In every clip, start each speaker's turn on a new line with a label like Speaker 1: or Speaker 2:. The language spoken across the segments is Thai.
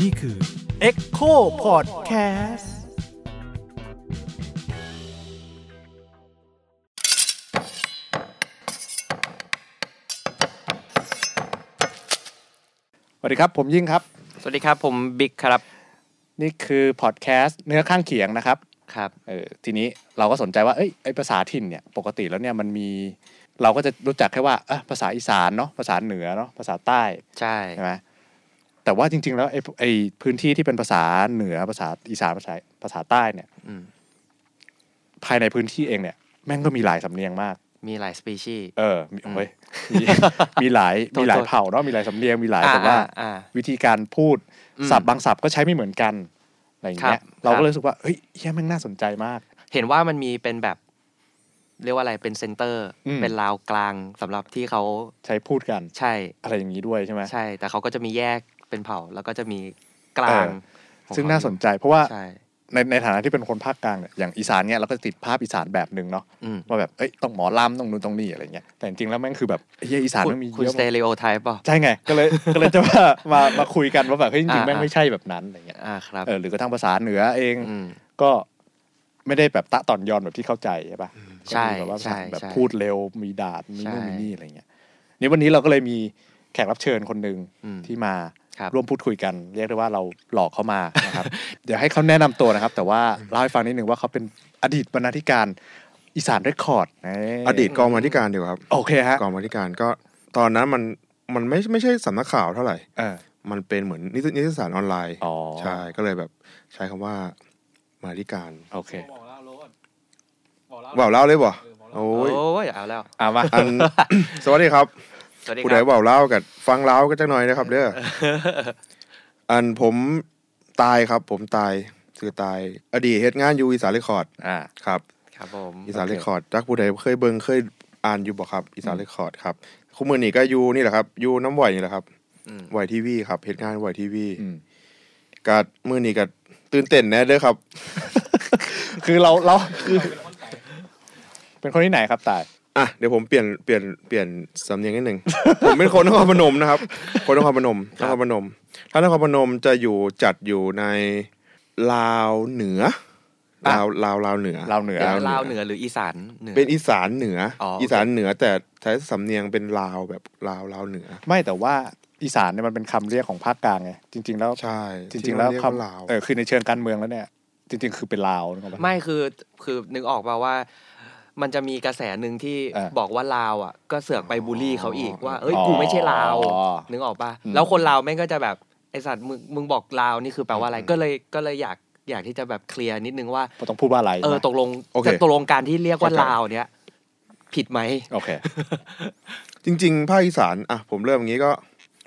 Speaker 1: นี่คือ
Speaker 2: Echo Podcast
Speaker 3: สวัสดีครับ ผมยิ่งครับ
Speaker 4: สวัสดีครับ ผมบิ๊กครับ
Speaker 3: นี่คือพอดแคสต์เนื้อข้างเคียงนะครับ
Speaker 4: ครับ
Speaker 3: เออทีนี้เราก็สนใจว่าเอ้ยไอภาษาถิ่นเนี่ยปกติแล้วเนี่ยมันมี เราก็จะรู้จักแค่ว่าเอ้อภาษาอีสานเนาะภาษาเหนือเนาะภาษาใต้
Speaker 4: ใช่
Speaker 3: ใช่ไหมแต่ว่าจริง ๆ แล้วไอไอพื้นที่ที่เป็นภาษาเหนือภาษาอีสานภาษาภาษาใต้เนี่ย
Speaker 4: อืม
Speaker 3: ภายในพื้นที่เองเนี่ยแม่งก็มีหลายสำเนียงมาก
Speaker 4: มีหลายสปีชีส์
Speaker 3: เออมีโอ้ยมีมีหลาย
Speaker 4: โทษ
Speaker 3: มีหลาย
Speaker 4: โทษ
Speaker 3: เผ่าเนาะมีหลายสำเนียงมีหลาย
Speaker 4: อ่า
Speaker 3: แบบว่า
Speaker 4: อ่า
Speaker 3: วิธีการพูด
Speaker 4: อืม
Speaker 3: ศัพท์บางศัพท์ก็ใช้ไม่เหมือนกันอะไรอย่างเงี้ย
Speaker 4: ครับ
Speaker 3: เรา
Speaker 4: ครั
Speaker 3: ก็
Speaker 4: บ
Speaker 3: เลยรู้สึกว่าเฮ้ยเฮียแม่งน่าสนใจมาก
Speaker 4: เห็นว่ามันมีเป็นแบบ เรียกว่าอะไรเป็นเซนเตอร์
Speaker 3: อืม
Speaker 4: เป็นราวกลางสำหรับที่เขา
Speaker 3: ใช้พูดกัน
Speaker 4: ใช่
Speaker 3: อะไรอย่างนี้ด้วยใช่ไหม
Speaker 4: ใช่ แต่เขาก็จะมีแยกเป็นเผ่า แล้วก็จะมีกลาง
Speaker 3: เออ
Speaker 4: ของเข
Speaker 3: ซึ่งน่าสนใจเพราะว่า
Speaker 4: ใช่
Speaker 3: ในในฐานะที่เป็นคนภาคกลางเนี่ยอย่างอีสานเนี่ยเราก็จะติดภาพอีสานแบบหนึ่งเนาะ
Speaker 4: อืม
Speaker 3: ว่าแบบเอ้ยต้องหมอลำต้องนู่นต้องนี่อะไรเงี้ยแต่จริงๆแล้วแม่งคือแบบเฮียอีสาน
Speaker 4: คุณ
Speaker 3: แมันมี
Speaker 4: คุณ
Speaker 3: เยอะ
Speaker 4: สเต
Speaker 3: มาก
Speaker 4: เรโอไทป์ป่ะ
Speaker 3: ใช่ไงก็เลยก็เลยจะมามามาคุยกันว่าแบบเฮ้ยจริงๆ
Speaker 4: อ่า
Speaker 3: แม่ง
Speaker 4: อ่า
Speaker 3: ไม่ใช่แบบนั้นอะไรเงี้ย
Speaker 4: อ่าครับ
Speaker 3: เออหรือกระทั่งภาษาเหนือเอง
Speaker 4: อืม
Speaker 3: ก็ไม่ได้แบบตะตอนยอนแบบที่เข้าใจใช่ปะ
Speaker 4: ใช่
Speaker 3: ก็มีแบบว่า
Speaker 4: ใช่
Speaker 3: แบบ
Speaker 4: ใช่
Speaker 3: พูดเร็วมีดาดมีนู่น
Speaker 4: ใช่
Speaker 3: มีนี่อะไรเงี้ยนี่วันนี้เราก็เลยมีแขกรับเชิญคนหนึ่ง
Speaker 4: อืม
Speaker 3: ที่มา
Speaker 4: ครับ
Speaker 3: ร่วมพูดคุยกัน เรียกได้ว่าเราหลอกเขามานะครับ เดี๋ยวให้เขาแนะนำตัวนะครับ แต่ว่าเล่าให้ฟังนิดหนึ่งว่าเขาเป็นอดีตบรรณาธิการอีสานเรคคอร์ดนะ
Speaker 5: อดีตกองบรรณาธิการเดียวาครับ
Speaker 3: โอเคฮะ
Speaker 5: กองบรรณาธิการก็ตอนนั้นมันมันไม่ไม่ใช่สำนักข่าวเท่าไหร่
Speaker 3: เออ
Speaker 5: มันเป็นเหมือนนิตยนิตยสารออนไลน์
Speaker 3: อ๋อ
Speaker 5: ใช่ก็เลยแบบใช้คำว่าบรรณาธิการ
Speaker 3: โอเค
Speaker 5: ว่าวเล่าเลยบ่โอ้
Speaker 4: โอ้
Speaker 5: ย
Speaker 4: ยเอาแล้ว
Speaker 3: เอามา
Speaker 5: อัน สวัสดีครับ
Speaker 4: สวัสดีค
Speaker 5: ผู้ใด
Speaker 4: รับ
Speaker 5: ว่าวเล่ากันฟังเล่ากันจังหน่อยนะครับเด้อ อันผมตายครับ ผมตายคือตาย อดีตเฮ็ดงานอยู่อีสานเรคคอร์ด
Speaker 3: อ่า
Speaker 5: ครับ
Speaker 4: ครับผม
Speaker 5: อีสานเรคคอร์ดจากผู้ใดเคยเบิ่งเคยอ่านอยู่บ่ครับอีสานเรคคอร์ดครับคู่มือนี่ก็อยู่นี่แหละครับอยู่น้ำไหวนี่แหละครับ
Speaker 4: อืม
Speaker 5: ไหวทีวีครับเหตุการณ์ไหวทีวี
Speaker 3: อืม
Speaker 5: กัดมือนี่กัดตื่นเต้นแน่เด้อครับ
Speaker 3: คือเราเราคือ เป็นคนที่ไหนครับตาย
Speaker 5: อ่ะเดี๋ยวผมเปลี่ยนเปลี่ยนเปลี่ยนสำเนียงนิดหนึ่ง ผมเป็นคนนครพนมนะครับ คนนครพนมนครพนม ถ้านครพนมจะอยู่จัดอยู่ในลาวเหนืออะ ลาวลาวลาวเหนือ
Speaker 3: ลาวเหนือ
Speaker 4: เป็นลาวเหนือหรืออีสานเหนือ
Speaker 5: เป็นอีสานเหนืออ
Speaker 4: อโอเค
Speaker 5: อีสานเหนือแต่ใช้สำเนียงเป็นลาวแบบลาวลาวเหนือ
Speaker 3: ไม่แต่ว่าอีสานเนี่ยมันเป็นคำเรียกของภาคกลางไงจริง ๆ แล้ว
Speaker 5: ใช่
Speaker 3: จริงๆแล้ว
Speaker 5: ที่
Speaker 3: ค
Speaker 5: เาเยกาลาว
Speaker 3: ำเออคือในเชิงการเมืองแล้วเนี่ย จริง ๆ คือเป็นลาวนึกออกปะ
Speaker 4: ไม่คือคือนึกออกป่าว่า มันจะมีกระแสหนึ่งที่
Speaker 3: เออ
Speaker 4: บอกว่าลาวอ่ะ ก็เสือกไปบูลลี่เขาอีกว่า เอ้ย
Speaker 3: อ๋อ
Speaker 4: กูไม่ใช่ลาว
Speaker 3: อ๋อ
Speaker 4: นึกออกป่ะ
Speaker 3: อืม
Speaker 4: แล้วคนลาวแม่งก็จะแบบไอสัตว์มึงมึงบอกลาวนี่คือแปลว่าอะไรก็เลยก็เลยอยากอยากที่จะแบบเคลียร์นิดนึงว่า
Speaker 3: ต้องพูดว่าอะไร
Speaker 4: เออตกลง
Speaker 5: โอเค
Speaker 4: จะตกลงการที่เรียกว่าลาวเนี้ยผิดไหม
Speaker 3: โอเค
Speaker 5: จริง ๆ ภาคอีสานอ่ะผมเริ่มอย่างนี้ก็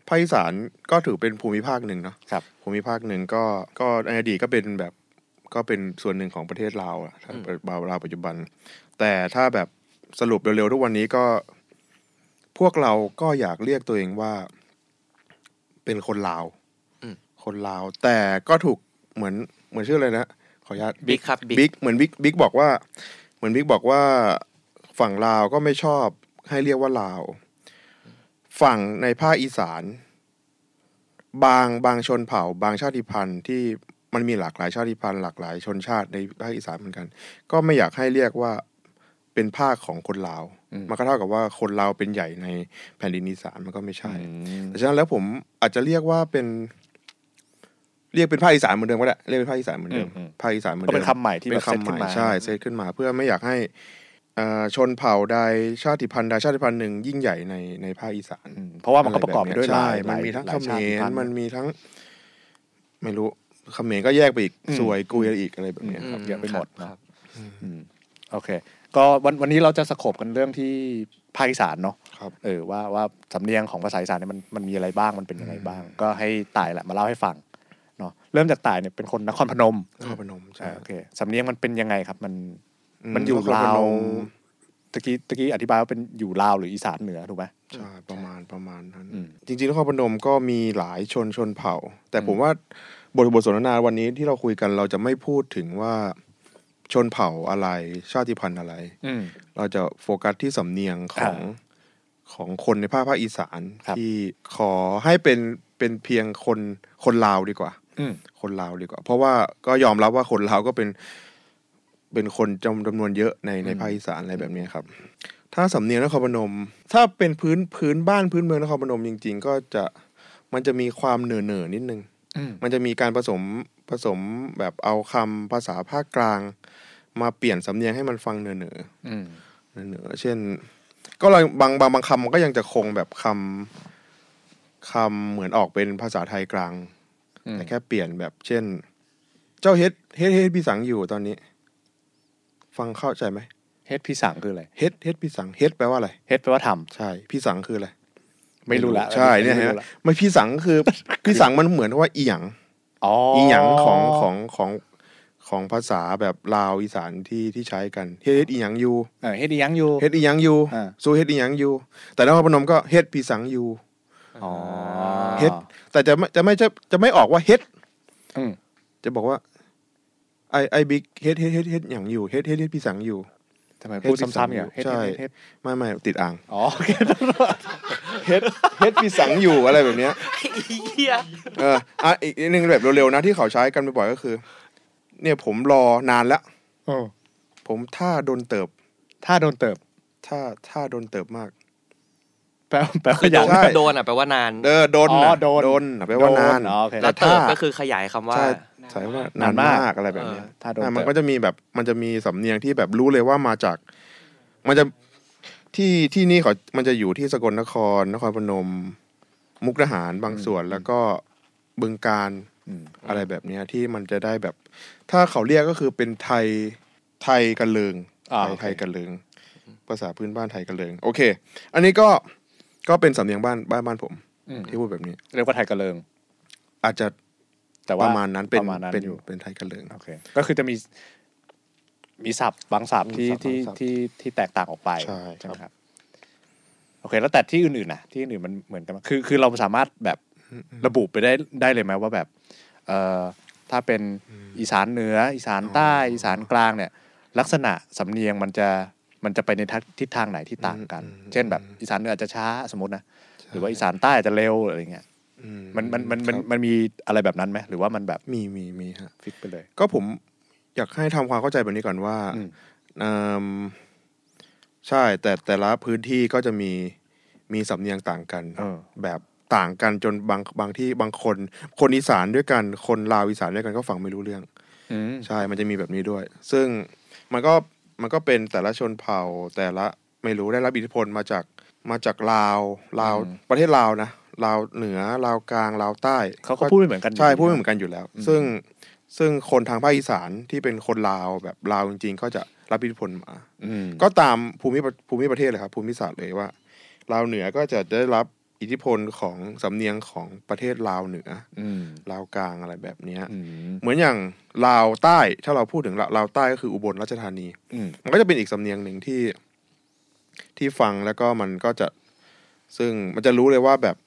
Speaker 5: ภาคอีสานก็ถือเป็นภูมิภาคหนึ่งเนาะ
Speaker 3: ครับ
Speaker 5: ภูมิภาคหนึ่งก็ก็ในอดีตก็เป็นแบบก็เป็นส่วนหนึ่งของประเทศลาวอะถ้าบาวลาวปัจจุบัน แต่ถ้าแบบสรุปเร็วๆทุกวันนี้ก็ พวกเราก็อยากเรียกตัวเองว่า เป็นคนลาวคนลาว แต่ก็ถูกเหมือนเหมือนชื่ออะไรนะขออนุญาต
Speaker 4: บิ๊กครับบิ๊
Speaker 5: บิ๊
Speaker 4: ก
Speaker 5: กเหมือนบิ๊กบิ๊กบอกว่า เหมือนบิ๊กบอกว่า ฝั่งลาวก็ไม่ชอบให้เรียกว่าลาว ฝั่งในภาคอีสาน บางบางชนเผ่า บางชาติพันธุ์ที่มันมีหลากหลายชาติพันธุ์หลากหลายชนชาติในภาคอีสานเหมือนกัน ก็ไม่อยากให้เรียกว่าเป็นภาคของคนลาว มันก็เท่ากับว่าคนลาวเป็นใหญ่ในแผ่นดินอีสานมันก็ไม่ใช่ แต่ฉะนั้นแล้วผมอาจจะเรียกว่าเป็น เรียกเป็นภาคอีสานเหมือนเดิมก็ได้เรียกเป็นภาคอีสานเหมือนเดิม
Speaker 3: อืมอืม
Speaker 5: ภาคอีสานเหมือน
Speaker 3: ก็
Speaker 5: เดิม
Speaker 3: เป็นคำใหม่ที่
Speaker 5: เป็
Speaker 3: แบ
Speaker 5: น
Speaker 3: บเซต
Speaker 5: คำให
Speaker 3: ขึ้น
Speaker 5: ม่
Speaker 3: มา
Speaker 5: ใช่เซตขึ้นมาเพื่อไม่อยากให้เอ่อชนเผ่าใดชาติพันธุ์ใดชาติพันธุ์หนึ่งยิ่งใหญ่ในในภาคอีสาน
Speaker 3: อืมเพราะว่ามันก็ประกอบไปด้วยหลา
Speaker 5: ใช่
Speaker 3: ย
Speaker 5: มันมีทั้ง
Speaker 3: หลา
Speaker 5: เข
Speaker 3: ย
Speaker 5: ม
Speaker 3: ชาติ
Speaker 5: ร
Speaker 3: พันธุ์
Speaker 5: มันมีทั้ง ไม่รู้เขมรก็แยกไปอีก
Speaker 3: อืม
Speaker 5: สวยกุยอะไรอีกอะไรแบบเนี้ย
Speaker 4: อื
Speaker 5: ค
Speaker 4: ม
Speaker 5: รับ
Speaker 3: เยอะไปหมด
Speaker 4: ครับ
Speaker 3: อืมโอเค ก็วันวันนี้เราจะสโคบกันเรื่องที่ภาคอีสานเนาะ
Speaker 5: ครับ
Speaker 3: เออว่าว่าสำเนียงของภาษาอีสานเนี่ยมันมันมีอะไรบ้างมันเป็นยังไงบ้าง ก็ให้ตายแหละมาเล่าให้ฟังเนาะเริ่มจากตายเนี่ยเป็นคนนครพนม
Speaker 5: นครพนมใช่
Speaker 3: อ่าโอเคสำเนียงมันเป็นยังไงครับ มัน
Speaker 5: ม
Speaker 3: มันอยู่
Speaker 5: คร
Speaker 3: ลา
Speaker 5: พ
Speaker 3: ว
Speaker 5: ม
Speaker 3: นตะกี้ตะกี้อธิบายว่าเป็นอยู่ลาวหรืออีสานเหนือถูกไหม
Speaker 5: ใช่ประมาณประมาณนั้น
Speaker 3: อืม
Speaker 5: จริงๆนครพนมก็มีหลายชนชนเผ่า แต่ผมว่าบทบทสนทนาวันนี้ที่เราคุยกันเราจะไม่พูดถึงว่าชนเผ่าอะไรชาติพันธุ์อะไร
Speaker 3: อืม
Speaker 5: เราจะโฟกัสที่สำเนียงของ ของคนในภาคภาคอีสาน
Speaker 3: ครับ
Speaker 5: ที่ขอให้เป็นเป็นเพียงคนคนลาวดีกว่า
Speaker 3: อืม
Speaker 5: คนลาวดีกว่า เพราะว่าก็ยอมรับว่าคนลาวก็เป็นเป็นคนจำจำนวนเยอะในในภาคอีสานอะไรแบบเนี้ยครับ ถ้าสำเนียงนครพนม ถ้าเป็นพื้นพื้นบ้านพื้นเมืองนครพนมจริง ๆ ก็จะมันจะมีความเหน่อเหน่อๆนิดนึง
Speaker 3: อืม
Speaker 5: มันจะมีการผสมผสมแบบเอาคำภาษาภาคกลาง มาเปลี่ยนสำเนียงให้มันฟังเหนือเหนือ
Speaker 3: อืม
Speaker 5: ๆเหนือๆเช่น ก็เราบางบางบางคำมันก็ยังจะคงแบบคำคำเหมือนออกเป็นภาษาไทยกลาง
Speaker 3: อืม
Speaker 5: แต่แค่เปลี่ยนแบบ เช่น เจ้าเฮ็ดเฮ็ดเฮ็ดพี่สังอยู่ตอนนี้ ฟังเข้าใจไหม
Speaker 3: เฮ็ดพี่สังคืออะไร
Speaker 5: เฮ็ดเฮ็ดพี่สังเฮ็ดแปลว่าอะไร
Speaker 3: เฮ็ดแปลว่าทำ
Speaker 5: ใช่พี่สังคืออะไร
Speaker 3: ไม่รู้ละ
Speaker 5: ใช่เนี่ย
Speaker 3: ไม่รู้
Speaker 5: ฮะ
Speaker 3: ละ
Speaker 5: ไม่พี่สังคือ พี่สังมันเหมือนว่าอีหยัง
Speaker 3: อ๋อ
Speaker 5: อี
Speaker 3: อี
Speaker 5: หยังของของของของภาษาแบบลาวอีสานที่ที่ใช้กันเฮ็ดอีหยังอยู่
Speaker 3: เออเฮ็ดอีหยังอยู่
Speaker 5: เฮ็ดอีหยังอยู่
Speaker 3: อ่า
Speaker 5: สู้เฮ็ดอีหยังอยู่ แต่นครพนมก็เฮ็ดปีสังอยู่
Speaker 3: อ๋อ
Speaker 5: เฮ็ด แต่จะไม่จะไม่จะจะไม่ออกว่าเฮ็ด
Speaker 3: อืม
Speaker 5: จะบอกว่าไอไอบิ๊กเฮ็ดเฮ็ดเฮ็ดเฮ็ดอย่างอยู่เฮ็ดเฮ็ดเฮ็ดปีสังอยู่
Speaker 3: ทำไมพูดซ้ำๆอย่าง
Speaker 5: เฮ็ด
Speaker 3: เฮ็ด
Speaker 5: พี่สังอยู่ใช่
Speaker 3: เฮ็ดเฮ็ด
Speaker 5: ไม่ไม่ติดอ่าง
Speaker 3: อ๋อโอเค
Speaker 5: เฮ็ด เฮ็ดปีสังอยู่อะไรแบบเนี้ย
Speaker 4: เฮีย
Speaker 5: เอออ่ะอีกนิดนึงแบบเร็วๆนะที่เขาใช้กันบ่อยๆก็คือ เนี่ยผมรอนานแล้ว ผมท่าโดนเติบ
Speaker 3: ถ้าโดนเติบ
Speaker 5: ท่าท่าโดนเติบมาก
Speaker 3: แปลว่าแปลว่าอ
Speaker 4: โด
Speaker 3: ยาก
Speaker 4: น
Speaker 5: ใช่
Speaker 4: โดนอ่ะแปลว่านาน
Speaker 5: เออโดนน่ะ
Speaker 3: อ๋อโดน
Speaker 5: โดนน่ะแปลว่า
Speaker 3: โดน
Speaker 5: นาน
Speaker 3: อ๋อโอเค
Speaker 4: แล้วเติบก็คือขยายคำว่า
Speaker 5: ใช่ใช่ว่านาน
Speaker 3: าน น
Speaker 5: มาม
Speaker 3: าก ก
Speaker 5: อะไรแบบเนี้ย
Speaker 3: ถ้าโดน
Speaker 5: อ่ะมัน
Speaker 3: เติบ
Speaker 5: ก็จะมีแบบมันจะมีสำเนียงที่แบบรู้เลยว่ามาจาก มันจะที่ที่นี่เขามันจะอยู่ที่สกลนคร นครพนม มุกดาหารบางส่วนแล้วก็บึงการ
Speaker 3: อืม
Speaker 5: อะไรแบบเนี้ยที่มันจะได้แบบ ถ้าเขาเรียกก็คือเป็นไทยไทยกันเลิง
Speaker 3: อ่า
Speaker 5: ไทย
Speaker 3: โอ
Speaker 5: ไท
Speaker 3: เค
Speaker 5: ยกันเลิง ภาษาพื้นบ้านไทยกันเลิง โอเค อันนี้ก็ก็เป็นสำเนียงบ้านบ้านบ้านผม
Speaker 3: อืม
Speaker 5: ที่พูดแบบนี้
Speaker 3: เรียกว่าไทยกระเลิง
Speaker 5: อาจจะ
Speaker 3: แต่
Speaker 5: ป
Speaker 3: ว่า
Speaker 5: ระมาณนั้นเป็น
Speaker 3: ประมาณนั้น
Speaker 5: เป็น
Speaker 3: อยู่
Speaker 5: เป็นไทยกันเลิง
Speaker 3: โอเค ก็คือจะมี มีศัพท์บางศัพท์ที่
Speaker 5: มี
Speaker 3: ที่
Speaker 5: ศัพท์บางศัพท์
Speaker 3: ที่ที่แตกต่างออกไป
Speaker 5: ใช่
Speaker 3: ไหม
Speaker 5: ค
Speaker 3: ครับ รับ โอเค แล้วแต่ที่อื่นๆนะที่อื่นๆมันเหมือนกันไหมคือคือเราสามารถแบบระบุไปได้ได้เลยไหมว่าแบบ เอ่อถ้าเป็นอีสานเหนือ อีสานใต้ อีสานกลางเนี่ย ลักษณะสำเนียงมันจะมันจะไปในทางทิศทางไหนที่ต่างกัน เช่นแบบอีสานเหนืออาจจะช้าสมมตินะหรือว่าอีสานใต้อาจจะเร็วอะไรเงี้ย
Speaker 5: อื
Speaker 3: มันมันมันมัน
Speaker 5: ครับ
Speaker 3: มันมีอะไรแบบนั้นไหมหรือว่ามันแบบ
Speaker 5: มีมีมีฮะ
Speaker 3: ฟิกไปเลย
Speaker 5: ก็ผมอยากให้ทำความเข้าใจแบบนี้ก่อนว่า
Speaker 3: อืม
Speaker 5: เอิ่มใช่ แต่แต่ละพื้นที่ก็จะมีมีสำเนียงต่างกัน
Speaker 3: เออ
Speaker 5: แบบต่างกันจนบางบางที่บางคน คนอีสานด้วยกัน คนลาวอีสานด้วยกันก็ฟังไม่รู้เรื่อง
Speaker 3: อืม
Speaker 5: ใช่ มันจะมีแบบนี้ด้วย ซึ่งมันก็มันก็เป็นแต่ละชนเผ่า แต่ละไม่รู้ได้รับอิทธิพลมาจากมาจากลาวลาว
Speaker 3: อืม
Speaker 5: ประเทศลาวนะลาวเหนือลาวกลางลาวใต้
Speaker 3: เขาก็พูดไม่เหมือนกันอยู่
Speaker 5: ใช่พูดไม่เหมือนกันอยู่แล้ว ซึ่งซึ่งคนทางภาคอีสานที่เป็นคนลาวแบบลาวจริง ๆ ก็จะรับอิทธิพลมา
Speaker 3: อืม
Speaker 5: ก็ตามภูมิประภูมิประเทศเลยครับภูมิศาสตร์เลยว่าลาวเหนือก็จะได้รับอิทธิพลของสำเนียงของประเทศลาวเหนือ
Speaker 3: อืม
Speaker 5: ลาวกลางอะไรแบบเนี้ย
Speaker 3: อืม
Speaker 5: เหมือนอย่างลาวใต้ถ้าเราพูดถึงลาลาวใต้ก็คืออุบลราชธานี
Speaker 3: อืม
Speaker 5: มันก็จะเป็นอีกสำเนียงหนึ่งที่ที่ฟังแล้วก็มันก็จะ ซึ่งมันจะรู้เลยว่าแบบ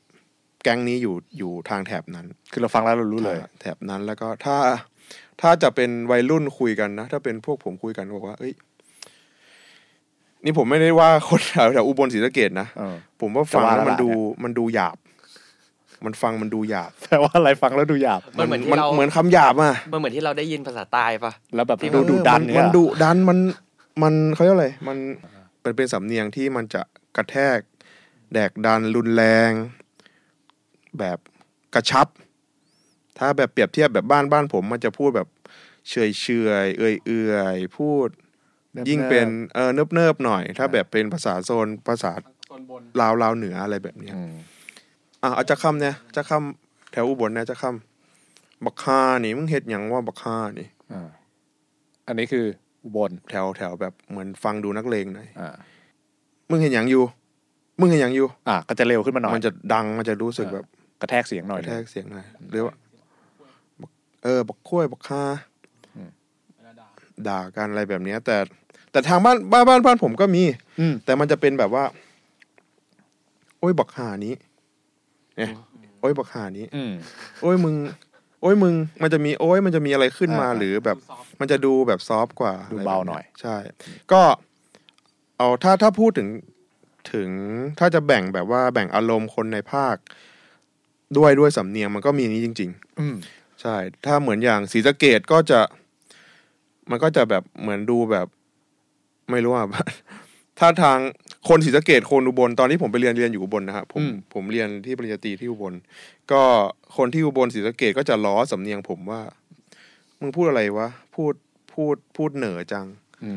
Speaker 5: แก๊งนี้อยู่อยู่ทางแถบนั้น
Speaker 3: คือเราฟังแล้วเรารู้เลย
Speaker 5: แถบนั้นแล้วก็ถ้าถ้าจะเป็นวัยรุ่นคุยกันนะถ้าเป็นพวกผมคุยกันก็บอกว่า เอ้ย นี่ผมไม่ได้ว่าคนแถวแถวอุบลศรีสะเกดนะ
Speaker 3: เออ
Speaker 5: ผมว่าฟังแล้ว
Speaker 3: จะว่าละ
Speaker 5: มันดู
Speaker 3: เนี่
Speaker 5: มันดูหยาบ มันฟังมันดูหยาบ
Speaker 3: แปลว่าอะไรฟังแล้วดูหยาบ
Speaker 4: มันเหมือนที่เรา
Speaker 5: เห
Speaker 4: ม
Speaker 5: มือนคำหยาบอ่ะ
Speaker 4: ันเหมือนที่เราได้ยินภาษาใต้ปะ
Speaker 3: แล้วแบบ
Speaker 4: ที่
Speaker 3: ดู
Speaker 5: เออ
Speaker 3: ดุดันเนี่ย
Speaker 5: มันดุดันมันมันเขาเรียกอะไรมันเป็นเป็นสำเนียงที่มันจะกระแทก แดกดันรุนแรง แบบกระชับ ถ้าแบบเปรียบเทียบแบบบ้านบ้านผม มันจะพูดแบบเฉยเฉยเอื่อยเอื่อยๆพูด ยิ่งเป็นเออเนิบเนิบๆหน่อย ถ้าแบบเป็นภาษาโซนภาษาลาวลาวเหนืออะไรแบบเนี้ย
Speaker 3: อืม
Speaker 5: อ่ะเอาจะคำเนี่ยจะคำแถวอุบลเนี่ยจะคำบักฮานี่มึงเฮ็ดหยังว่าบักฮานี่
Speaker 3: อ่าอันนี้คืออุบล
Speaker 5: แถวแถวแบบเหมือนฟังดูนักเลงหน่อย
Speaker 3: อ่า
Speaker 5: มึงเห็นอย่างอยู่ มึงเห็นอย่างอยู่
Speaker 3: อ่าก็จะเร็วขึ้นมาหน่อย
Speaker 5: มันจะดัง มันจะรู้สึกแบบ
Speaker 3: กระแทกเสียงหน่
Speaker 5: ก
Speaker 3: อย
Speaker 5: ระ
Speaker 3: ห
Speaker 5: แท
Speaker 3: นึ่ง
Speaker 5: กเสียงหน่อยหรือว่าบอกเออบอกคุ้ยบอกค่า
Speaker 3: อืม
Speaker 5: ด่ากันอะไรแบบเนี้ย แต่ แต่ทางบ้านบ้านบ้านบ้านผมก็มี
Speaker 3: อืม
Speaker 5: แต่มันจะเป็นแบบว่า โอ้ยบอกหานี้เนี่ยโอ้ยบอกหานี้
Speaker 3: อืม
Speaker 5: โอ้ยมึง โอ้ยมึง มันจะมีโอ้ยมันจะมีอะไรขึ้นมา
Speaker 3: อ่า
Speaker 5: หรือแบบ มันจะดูแบบซอฟต์กว่า
Speaker 3: ดูเบา
Speaker 5: ะไรแบบ
Speaker 3: หน่อย
Speaker 5: ใช่ ก็ เอาถ้าถ้าพูดถึง ถึงถ้าจะแบ่งแบบว่าแบ่งอารมณ์คนในภาค ด้วยด้วยสำเนียงมันก็มีนี้จริง
Speaker 3: อืม
Speaker 5: ๆ ใช่ ถ้าเหมือนอย่างศรีสะเกดก็จะ มันก็จะแบบเหมือนดูแบบ ไม่รู้อ่ะ ถ้าทางคนศรีสะเกดคนอุบลตอนที่ผมไปเรียนเรียนอยู่อุบลนะครับผม
Speaker 3: อืม
Speaker 5: ผมเรียนที่ปริญญาตรีที่อุบล ก็คนที่อุบลศรีสะเกดก็จะล้อสำเนียงผมว่า มึงพูดอะไรวะพูดพูดพูดเหนือจัง
Speaker 3: อื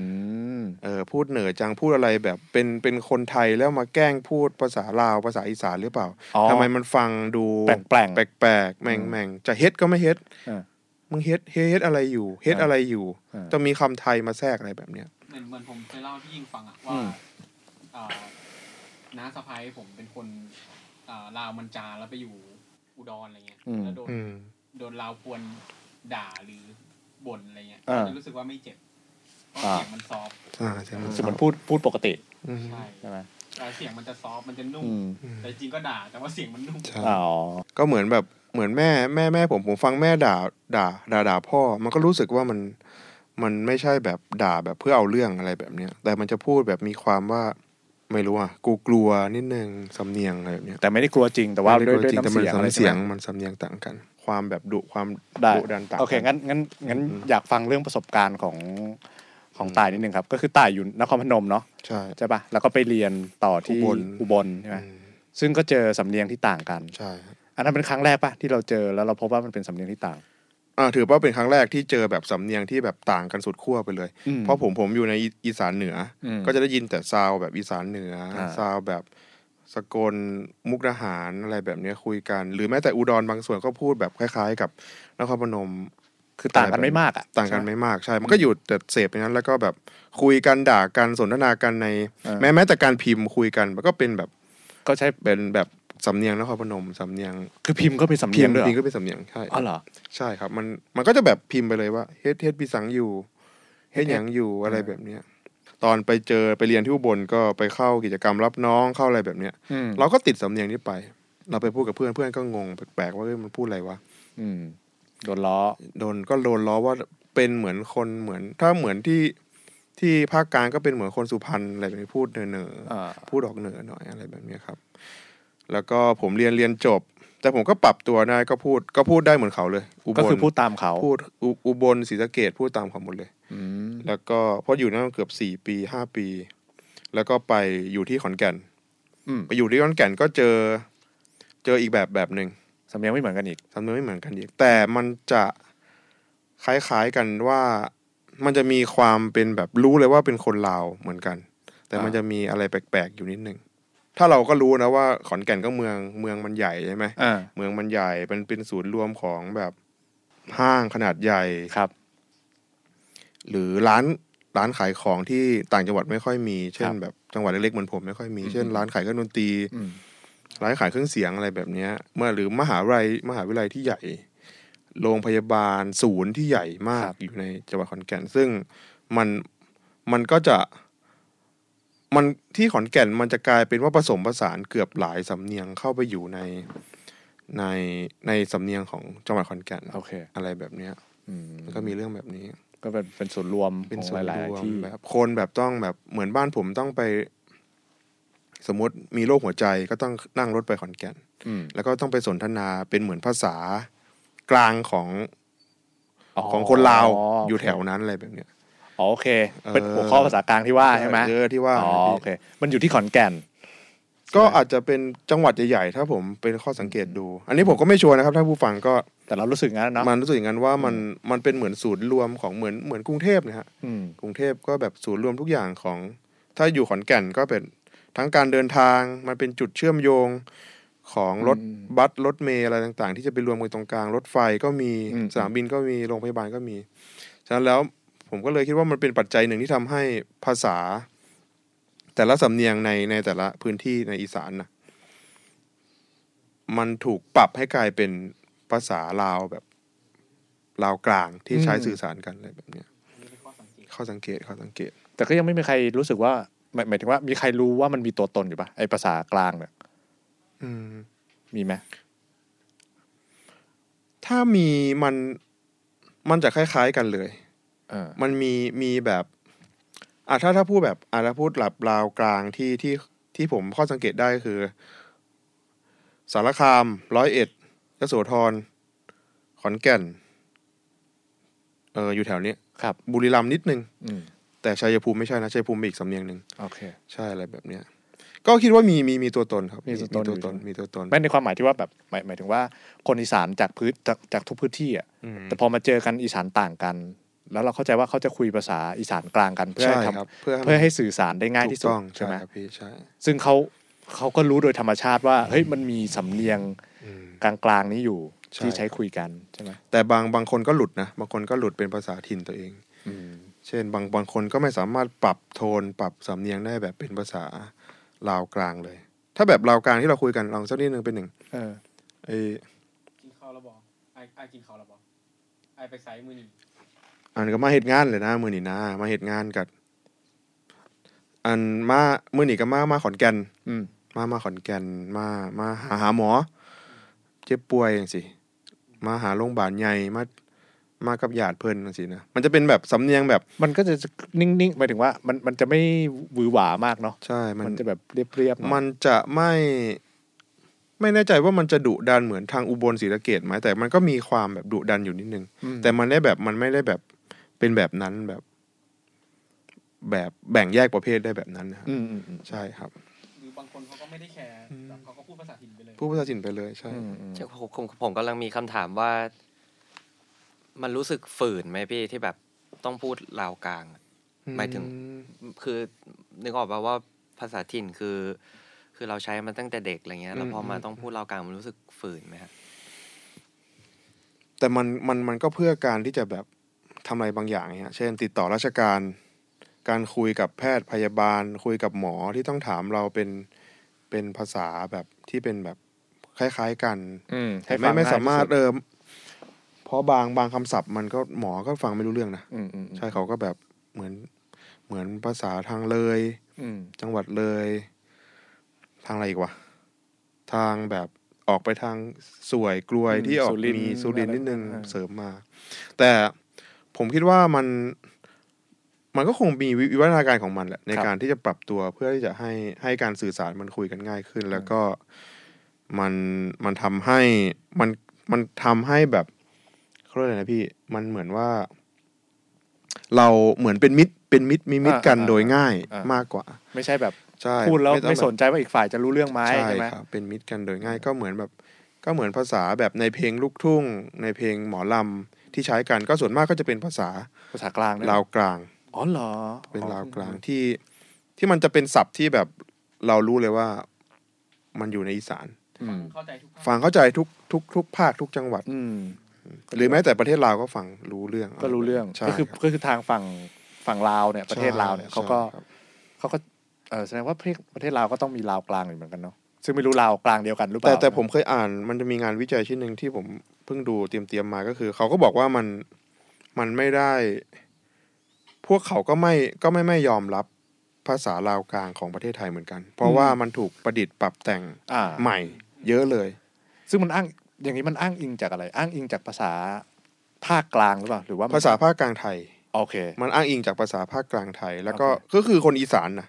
Speaker 3: ม
Speaker 5: เออพูดเหนือจังพูดอะไรแบบเป็นเป็นคนไทยแล้วมาแกล้งพูดภาษาลาวภาษาอีสานหรือเปล่า
Speaker 3: อ๋อ
Speaker 5: ทำไมมันฟังดู
Speaker 3: แปลกๆ
Speaker 5: แปลกๆแม่งแม่งจะเฮ็ดก็ไม่เฮ็ด
Speaker 3: อ่า
Speaker 5: มึงเฮ็ดเฮ็ดเฮ็ดอะไรอยู่ เฮ็ด
Speaker 3: อ่า
Speaker 5: อะไรอยู่
Speaker 3: อ่า
Speaker 5: จะมีคำไทยมาแทรกอะไรแบบเนี้ย
Speaker 1: เหมือนเหมือนผมเคยเล่าที่ยิงฟังอะว่า
Speaker 3: อืม
Speaker 1: อ่าน้าสะพ้ายผมเป็นคนอ่าลาวมันจาแล้วไปอยู่อุดรอะไรเงี้ย
Speaker 3: อืม
Speaker 1: แล้วโดน
Speaker 5: อืม
Speaker 1: โดนลาวพวนด่าหรือบ่นอะไรเงี้ย
Speaker 3: อ่า
Speaker 1: จะรู้สึกว่าไม่เจ็บเพราะ
Speaker 3: อ่า
Speaker 1: เสียงมันซอฟต์
Speaker 5: อ่าใช่ไหม
Speaker 3: รู้สึกเหมันพูดพูดปกติ
Speaker 5: อืม
Speaker 1: ใช่
Speaker 3: ใช่ไหม
Speaker 1: แต่เสียงมันจะซอฟต์มันจะนุ่ม
Speaker 3: อืม
Speaker 5: อืม
Speaker 1: แต่จริงก็ด่าแต่ว่าเสียงมันนุ่ม
Speaker 5: ใช่
Speaker 3: อ๋อ
Speaker 5: ก็เหมือนแบบเหมือนแม่แม่แม่ผมผมฟังแม่ด่าด่าด่าด่าพ่อ มันก็รู้สึกว่ามันมันไม่ใช่แบบด่าแบบเพื่อเอาเรื่องอะไรแบบเนี้ย แต่มันจะพูดแบบมีความว่าไม่รู้อ่ะกูกลัวนิดนึงสำเนียงอะไรแบบเนี้ย
Speaker 3: แต่ไม่ได้กลัวจริงแต่ว่าด้วยด้วยน้ำเสียงอะไร
Speaker 5: มัน
Speaker 3: ใช่
Speaker 5: เสีย
Speaker 3: ไห
Speaker 5: ง
Speaker 3: ม
Speaker 5: มันสำเนียงต่างกัน ความแบบดุความ
Speaker 3: ได้
Speaker 5: ดุดันต่างกั
Speaker 3: โอเคงั้นงั้นงั้น
Speaker 5: อืม
Speaker 3: อยากฟังเรื่องประสบการณ์ของของตายนิดนึงครับ ก็คือตายอยู่นครพนมเนาะ
Speaker 5: ใช่
Speaker 3: ใช่ปะแล้วก็ไปเรียนต่อที่
Speaker 5: อุบล
Speaker 3: อุบลใช่ไหม
Speaker 5: อืม
Speaker 3: ซึ่งก็เจอสำเนียงที่ต่างกัน
Speaker 5: ใช่ครับ
Speaker 3: อันนั้นเป็นครั้งแรกปะที่เราเจอแล้วเราพบว่ามันเป็นสำเนียงที่ต่าง
Speaker 5: อ่าถือว่าเป็นครั้งแรกที่เจอแบบสำเนียงที่แบบต่างกันสุดขั้วไปเลย
Speaker 3: อืม
Speaker 5: เพราะผมผมอยู่ในอีอีสานเหนืออ
Speaker 3: ม
Speaker 5: ก็จะได้ยินแต่ซาวแบบอีสานเหนืออา ซาวแบบสกลมุกดาหารอะไรแบบเนี้ยคุยกัน หรือแม้แต่อุดรบางส่วนก็พูดแบบคล้าย ๆ กับนครพนม
Speaker 3: คือต่างกันไม่มากอ่ะ
Speaker 5: ต่างกัน
Speaker 3: ใช่ไหม
Speaker 5: ไม่มากใช่ มันก็อยู่แต่เสพอย่างนั้นแล้วก็แบบคุยกันด่ากันสนทนากันใน
Speaker 3: เออ
Speaker 5: แม้แม้แต่การพิมพ์คุยกันมันก็เป็นแบบ
Speaker 3: ก็ใช้
Speaker 5: เป็นแบบสำเนียงนครพนมสำเนียง
Speaker 3: คือพิมพ์ก็เป็นสำ
Speaker 5: พิ
Speaker 3: เนีย
Speaker 5: มพ์
Speaker 3: งด้วยเหร
Speaker 5: พิมพ์
Speaker 3: อ
Speaker 5: ก็เป็นสำเนียงใช่
Speaker 3: อ๋อเหรอ
Speaker 5: ใช่ครับมันมันก็จะแบบพิมพ์ไปเลยว่าเฮ็ดเฮ็ดปีสังอยู่เฮ็ดหยังอยู่อะไรแบบเนี้ยตอนไปเจอไปเรียนที่อุบลก็ไปเข้ากิจกรรมรับน้องเข้าอะไรแบบเนี้ย
Speaker 3: อืม
Speaker 5: เราก็ติดสำเนียงนี้ไป เราไปพูดกับเพื่อนเพื่อนก็งงแปลกๆว่าเอ้ยมันพูดอะไรวะ
Speaker 3: อืมโดนล้อ
Speaker 5: โดนก็โดนล้อว่าเป็นเหมือนคนเหมือน ถ้าเหมือนที่ที่ภาคกลางก็เป็นเหมือนคนสุพรรณอะไรแบบนี้พูดเนอๆ
Speaker 3: อ่า
Speaker 5: พูดออกเหนือหน่อยอะไรแบบเนี้ยครับ แล้วก็ผมเรียนเรียนจบ แต่ผมก็ปรับตัวได้ก็พูดก็พูดได้เหมือนเขาเลย อุบ
Speaker 3: ก็
Speaker 5: ล
Speaker 3: คือพูดตามเขา
Speaker 5: พูดอุอุบลศรีสะเกดพูดตามเขาหมดเลย
Speaker 3: อืม
Speaker 5: แล้วก็เพราะอยู่นั่นเกือบสี่ปีห้าปี แล้วก็ไปอยู่ที่ขอนแก่น
Speaker 3: อืม
Speaker 5: ไปอยู่ที่ขอนแก่นก็เจอ เจออีกแบบแบบหนึ่ง
Speaker 3: สำเนียงไม่เหมือนกันอีก
Speaker 5: สำเนียงไม่เหมือนกันอีกแต่มันจะคล้ายๆกันว่ามันจะมีความเป็นแบบรู้เลยว่าเป็นคนลาวเหมือนกัน แต่มัน
Speaker 3: อ่า
Speaker 5: จะมีอะไรแปลกๆอยู่นิดนึง ถ้าเราก็รู้นะว่าขอนแก่นก็เมืองเมืองมันใหญ่ใช่ไหม
Speaker 3: อ่า
Speaker 5: เมืองมันใหญ่เป็นเป็นศูนย์รวมของแบบห้างขนาดใหญ่
Speaker 3: ครับ
Speaker 5: หรือร้านร้านขายของที่ต่างจังหวัดไม่ค่อยมี เช่น
Speaker 3: ครับ
Speaker 5: แบบจังหวัดเล็กๆเหมือนผมไม่ค่อยมีเช่นร้านขายเครื่องดนตรี
Speaker 3: อืม
Speaker 5: ร้านขายเครื่องเสียงอะไรแบบเนี้ยเมื่อหรือมหาวิทยาลัยมหาวิทยาลัยที่ใหญ่ โรงพยาบาลศูนย์ที่ใหญ่มาก
Speaker 3: ครับ
Speaker 5: อยู่ในจังหวัดขอนแก่น ซึ่งมันมันก็จะมันที่ขอนแก่นมันจะกลายเป็นว่าผสมผสานเกือบหลายสำเนียงเข้าไปอยู่ในในในสำเนียงของจังหวัดขอนแก่น
Speaker 3: โอเค
Speaker 5: อะไรแบบเนี้ย
Speaker 3: อืม
Speaker 5: มันก็มีเรื่องแบบนี้
Speaker 3: ก็เป็นเป็นส่วนรวม
Speaker 5: เป็น
Speaker 3: ของ
Speaker 5: ส่วน
Speaker 3: หลาย
Speaker 5: รว
Speaker 3: ๆ
Speaker 5: ม
Speaker 3: ที่
Speaker 5: แบบคนแบบต้องแบบเหมือนบ้านผมต้องไป สมมติมีโรคหัวใจก็ต้องนั่งรถไปขอนแก่น
Speaker 3: อืม
Speaker 5: แล้วก็ต้องไปสนทนาเป็นเหมือนภาษากลางของของคนลาวอยู่แถวนั้นอะไรแบบเนี้ย
Speaker 3: อ๋อโอเค
Speaker 5: เออ
Speaker 3: เป็นหัวข้อภาษากลางที่ว่าใช่ไหม
Speaker 5: เยอะที่ว่า
Speaker 3: อ๋อโอเค มันอยู่ที่ขอนแก่น
Speaker 5: ก็อาจจะเป็นจังหวัดใหญ่ๆถ้าผมเป็นข้อสังเกตดู อันนี้ผมก็ไม่ชัวร์นะครับท่านผู้ฟังก็
Speaker 3: แต่เรารู้สึกงั้นเนาะ
Speaker 5: มันรู้สึกอย่างนั้นว่ามันมันเป็นเหมือนศูนย์รวมของเหมือนเหมือนกรุงเทพนะฮะ
Speaker 3: อืม
Speaker 5: กรุงเทพก็แบบศูนย์รวมทุกอย่างของ ถ้าอยู่ขอนแก่นก็เป็นทั้งการเดินทางมันเป็นจุดเชื่อมโยงของรถ
Speaker 3: อืม
Speaker 5: บัสรถเมล์อะไรต่างๆ ที่จะไปรวมกันตรงกลางรถไฟก็มี
Speaker 3: อืม
Speaker 5: สนามบินก็มีโรงพยาบาลก็มี ฉะนั้นแล้วผมก็เลยคิดว่ามันเป็นปัจจัยหนึ่งที่ทำให้ภาษา แต่ละสำเนียงในในแต่ละพื้นที่ในอีสานนะมันถูกปรับให้กลายเป็นภาษาลาวแบบลาวกลางที่ใช้
Speaker 3: อืม
Speaker 5: สื่อสารกันอะไรแบบเนี้ย
Speaker 1: อันนี้เป็นข้อสังเกต
Speaker 5: ข้อสังเกตข้อสังเกต
Speaker 3: แต่ก็ยังไม่มีใครรู้สึกว่าหมายหมายถึงว่ามีใครรู้ว่ามันมีตัวตนอยู่ปะไอภาษากลางเนี่ย
Speaker 5: อืม
Speaker 3: มีไหม
Speaker 5: ถ้ามีมันมันจะคล้ายๆกันเลย
Speaker 3: เออ
Speaker 5: มันมีมีแบบอ่ะถ้าถ้าพูดแบบอ่ะถ้าพูดหลับลาวกลางที่ที่ ที่ผมข้อสังเกตได้คือ สารคาม ร้อยเอ็ดยโสธร ขอนแก่น เอออยู่แถวนี้
Speaker 3: ครับ
Speaker 5: บุรีรัมย์นิดนึง
Speaker 3: อืม
Speaker 5: แต่ชัยภูมิไม่ใช่นะชัยภูมิมีอีกสำเนียงหนึ่ง
Speaker 3: โอเค
Speaker 5: ใช่อะไรแบบเนี้ย ก็คิดว่ามีมีมีตัวตนครับ
Speaker 3: มีตัวตน
Speaker 5: มีตัวตน
Speaker 3: อยู่ใช่ไหม
Speaker 5: มีตัวตน
Speaker 3: ไม่ในความหมายที่ว่าแบบหมายหมายถึงว่าคนอีสานจากพื้นจากจากทุกพื้นที่อ่ะ
Speaker 5: อืม
Speaker 3: แต่พอมาเจอกันอีสานต่างกัน แล้วเราเข้าใจว่าเขาจะคุยภาษาอีสานกลางกันเพื่อ
Speaker 5: ใช่
Speaker 3: ให้ท
Speaker 5: ครับ เพื่อ
Speaker 3: ำเพื่อให้สื่อสารได้ง่ายที่สุด
Speaker 5: ถูกต้อง
Speaker 3: ใช่ไหม
Speaker 5: ครับพี่ใช่
Speaker 3: ซึ่งเขาเขาก็รู้โดยธรรมชาติว่าเฮ้ยมันมีสำเนียง
Speaker 5: อืม
Speaker 3: กลางๆนี้อยู่
Speaker 5: ใช่
Speaker 3: ที่ใช้คุยกันใช่ไหม
Speaker 5: แต่บางบางคนก็หลุดนะบางคนก็หลุดเป็นภาษาถิ่นตัวเอง
Speaker 3: อืม
Speaker 5: เช่น บางบางคนก็ไม่สามารถปรับโทนปรับสำเนียงได้แบบเป็นภาษาลาวกลางเลย ถ้าแบบลาวกลางที่เราคุยกันลองสักนิดนึงเป็นหนึ่ง
Speaker 3: เออ
Speaker 5: เอย
Speaker 1: กินข้าวแล้วบอกไอ้ไอ้กินข้าวแล้วบอกไอ้ไปไซส์มือนี่
Speaker 5: อันก็มาเหตุงานเลยนะมือหนีนะมาเหตุงานกับอันมามือหนีกับมามาขอนแก่น
Speaker 3: อืม
Speaker 5: มามาขอนแก่นมามาหาหาหมอ เจ็บป่วยอย่างสิมาหาโรงพยาบาลใหญ่มามากับญาติเพิ่นอย่างสินะมันจะเป็นแบบสำเนียงแบบ
Speaker 3: มันก็จะนิ่งๆหมายถึงว่ามันมันจะไม่หวือหวามากเนาะ
Speaker 5: ใช่มัน
Speaker 3: มันจะแบบเรียบๆหน่อย
Speaker 5: มันจะไม่ไม่แน่ใจว่ามันจะดุดันเหมือนทางอุบลศรีสะเกดไหมแต่มันก็มีความแบบดุดันอยู่นิดนึง
Speaker 3: อืม
Speaker 5: แต่มันได้แบบมันไม่ได้แบบเป็นแบบนั้นแบบ แบบแบ่งแยกประเภทได้แบบนั้นนะครับ
Speaker 3: อืมอืมอืม
Speaker 5: ใช่ครับ
Speaker 1: หรือบางคนเขาก็ไม่ได้แคร์แบบเขาก็พูดภาษาถิ่นไปเลย
Speaker 5: ผู้ภาษาถิ่นไปเลยใช่
Speaker 3: อืมอืม
Speaker 4: ใช่ผมผมผมกำลังมีคำถามว่า มันรู้สึกฝืนไหมพี่ที่แบบต้องพูดลาวกลางอะ หมายถึง คือนึกออกป่าว่าภาษาถิ่นคือ คือเราใช้มันตั้งแต่เด็กอะไรเงี้ยแล้วพอมา
Speaker 5: อืม
Speaker 4: ต้องพูดลาวกลางมันรู้สึกฝืนไหมฮะ
Speaker 5: แต่มันมันมันก็เพื่อการที่จะแบบทำอะไรบางอย่างเนี่ยเช่น ติดต่อราชการ การคุยกับแพทย์พยาบาล คุยกับหมอที่ต้องถามเราเป็นเป็นภาษาแบบที่เป็นแบบคล้ายๆกัน
Speaker 3: อืมให้
Speaker 5: แต่
Speaker 3: ฟั
Speaker 5: ไม่
Speaker 3: ง
Speaker 5: ไม่
Speaker 3: ง่ย
Speaker 5: สามารถ
Speaker 3: ที่สุด
Speaker 5: เออเพราะบางบางคำศัพท์มันก็หมอก็ฟังไม่รู้เรื่องนะ
Speaker 3: อืมอืมอืม
Speaker 5: ใช่เขาก็แบบเหมือนเหมือนภาษาทางเลย
Speaker 3: อืม
Speaker 5: จังหวัดเลย ทางอะไรอีกวะทางแบบออกไปทางสวยกลวยที่ออกมีสุรินทร์นิดนึงเสริมมา แต่ผมคิดว่ามัน มันก็คงมีวิวิวัฒนาการของมันแหละ ในการที่จะปรับตัวเพื่อที่จะให้ให้การสื่อสารมันคุยกันง่ายขึ้น แล้วก็มันมันทำให้มันมันทำให้แบบเขาเรียกอะไรนะพี่ มันเหมือนว่า เราเหมือนเป็นมิตรเป็นมิตรมีมิตรกันโดยง่ายมากกว่า
Speaker 3: ไม่ใช่แบบ
Speaker 5: ใช่
Speaker 3: พูดแล้ว
Speaker 5: ต้อง
Speaker 3: ไม่
Speaker 5: บบ
Speaker 3: สนใจว่าอีกฝ่ายจะรู้เรื่องไหม
Speaker 5: ใช่
Speaker 3: ใช่ไหม
Speaker 5: ครับเป็นมิตรกันโดยง่ายก็เหมือนแบบ ก็เหมือนภาษาแบบในเพลงลูกทุ่ง ในเพลงหมอลำที่ใช้กันก็ส่วนมากก็จะเป็นภาษา
Speaker 3: ภาษากลางเนี่ย
Speaker 5: ลาวกลาง
Speaker 3: อ๋อเหรอ
Speaker 5: เป็นลาวกลางที่ที่มันจะเป็นศัพท์ที่แบบเรารู้เลยว่า มันอยู่ในอีสาน
Speaker 3: อื
Speaker 1: ฟัง
Speaker 3: ม
Speaker 1: เข้าใจทุกภาค
Speaker 5: ฟังเข้าใจทุกทุกทุกภาคทุกจังหวัด
Speaker 3: อืม
Speaker 5: หรือแม้แต่ประเทศลาวก็ฟังรู้เรื่อง
Speaker 3: ก็รู้เรื่อง
Speaker 5: ใช่
Speaker 3: ก็คือ
Speaker 5: รับ
Speaker 3: ก็คือทางฝั่งฝั่งลาวเนี่ย ประเทศลาวเนี่ย
Speaker 5: ใช่
Speaker 3: เขาก็
Speaker 5: ใช่ครับ
Speaker 3: เขาก็เออแสดงว่าประเทศประเทศลาวก็ต้องมีลาวกลางอยู่เหมือนกันเนาะซึ่งไม่รู้ลาวกลางเดียวกันหรือเป
Speaker 5: แต่
Speaker 3: ล่า
Speaker 5: แต่ผมเคยอ่านมันจะมีงานวิจัยชิ้นหนึ่งที่ผมเพิ่งดูเตรียมเตรียมๆมาก็คือเขาก็บอกว่ามันมันไม่ได้ พวกเขาก็ไม่ก็ไม่ไม่ยอมรับภาษาลาวกลางของประเทศไทยเหมือนกัน เพราะว่ามันถูกประดิษฐ์ปรับแต่ง
Speaker 3: อ่า
Speaker 5: ใหม่ เยอะเลย
Speaker 3: ซึ่งมันอ้างอย่างนี้มันอ้างอิงจากอะไร อ้างอิงจากภาษาภาคกลางหรือเปล่าหรือว่ามัน
Speaker 5: ภาษาภาคกลางไทย
Speaker 3: โอเค
Speaker 5: มันอ้างอิงจากภาษาภาคกลางไทย แล้วก็ก็คือคนอีสานนะ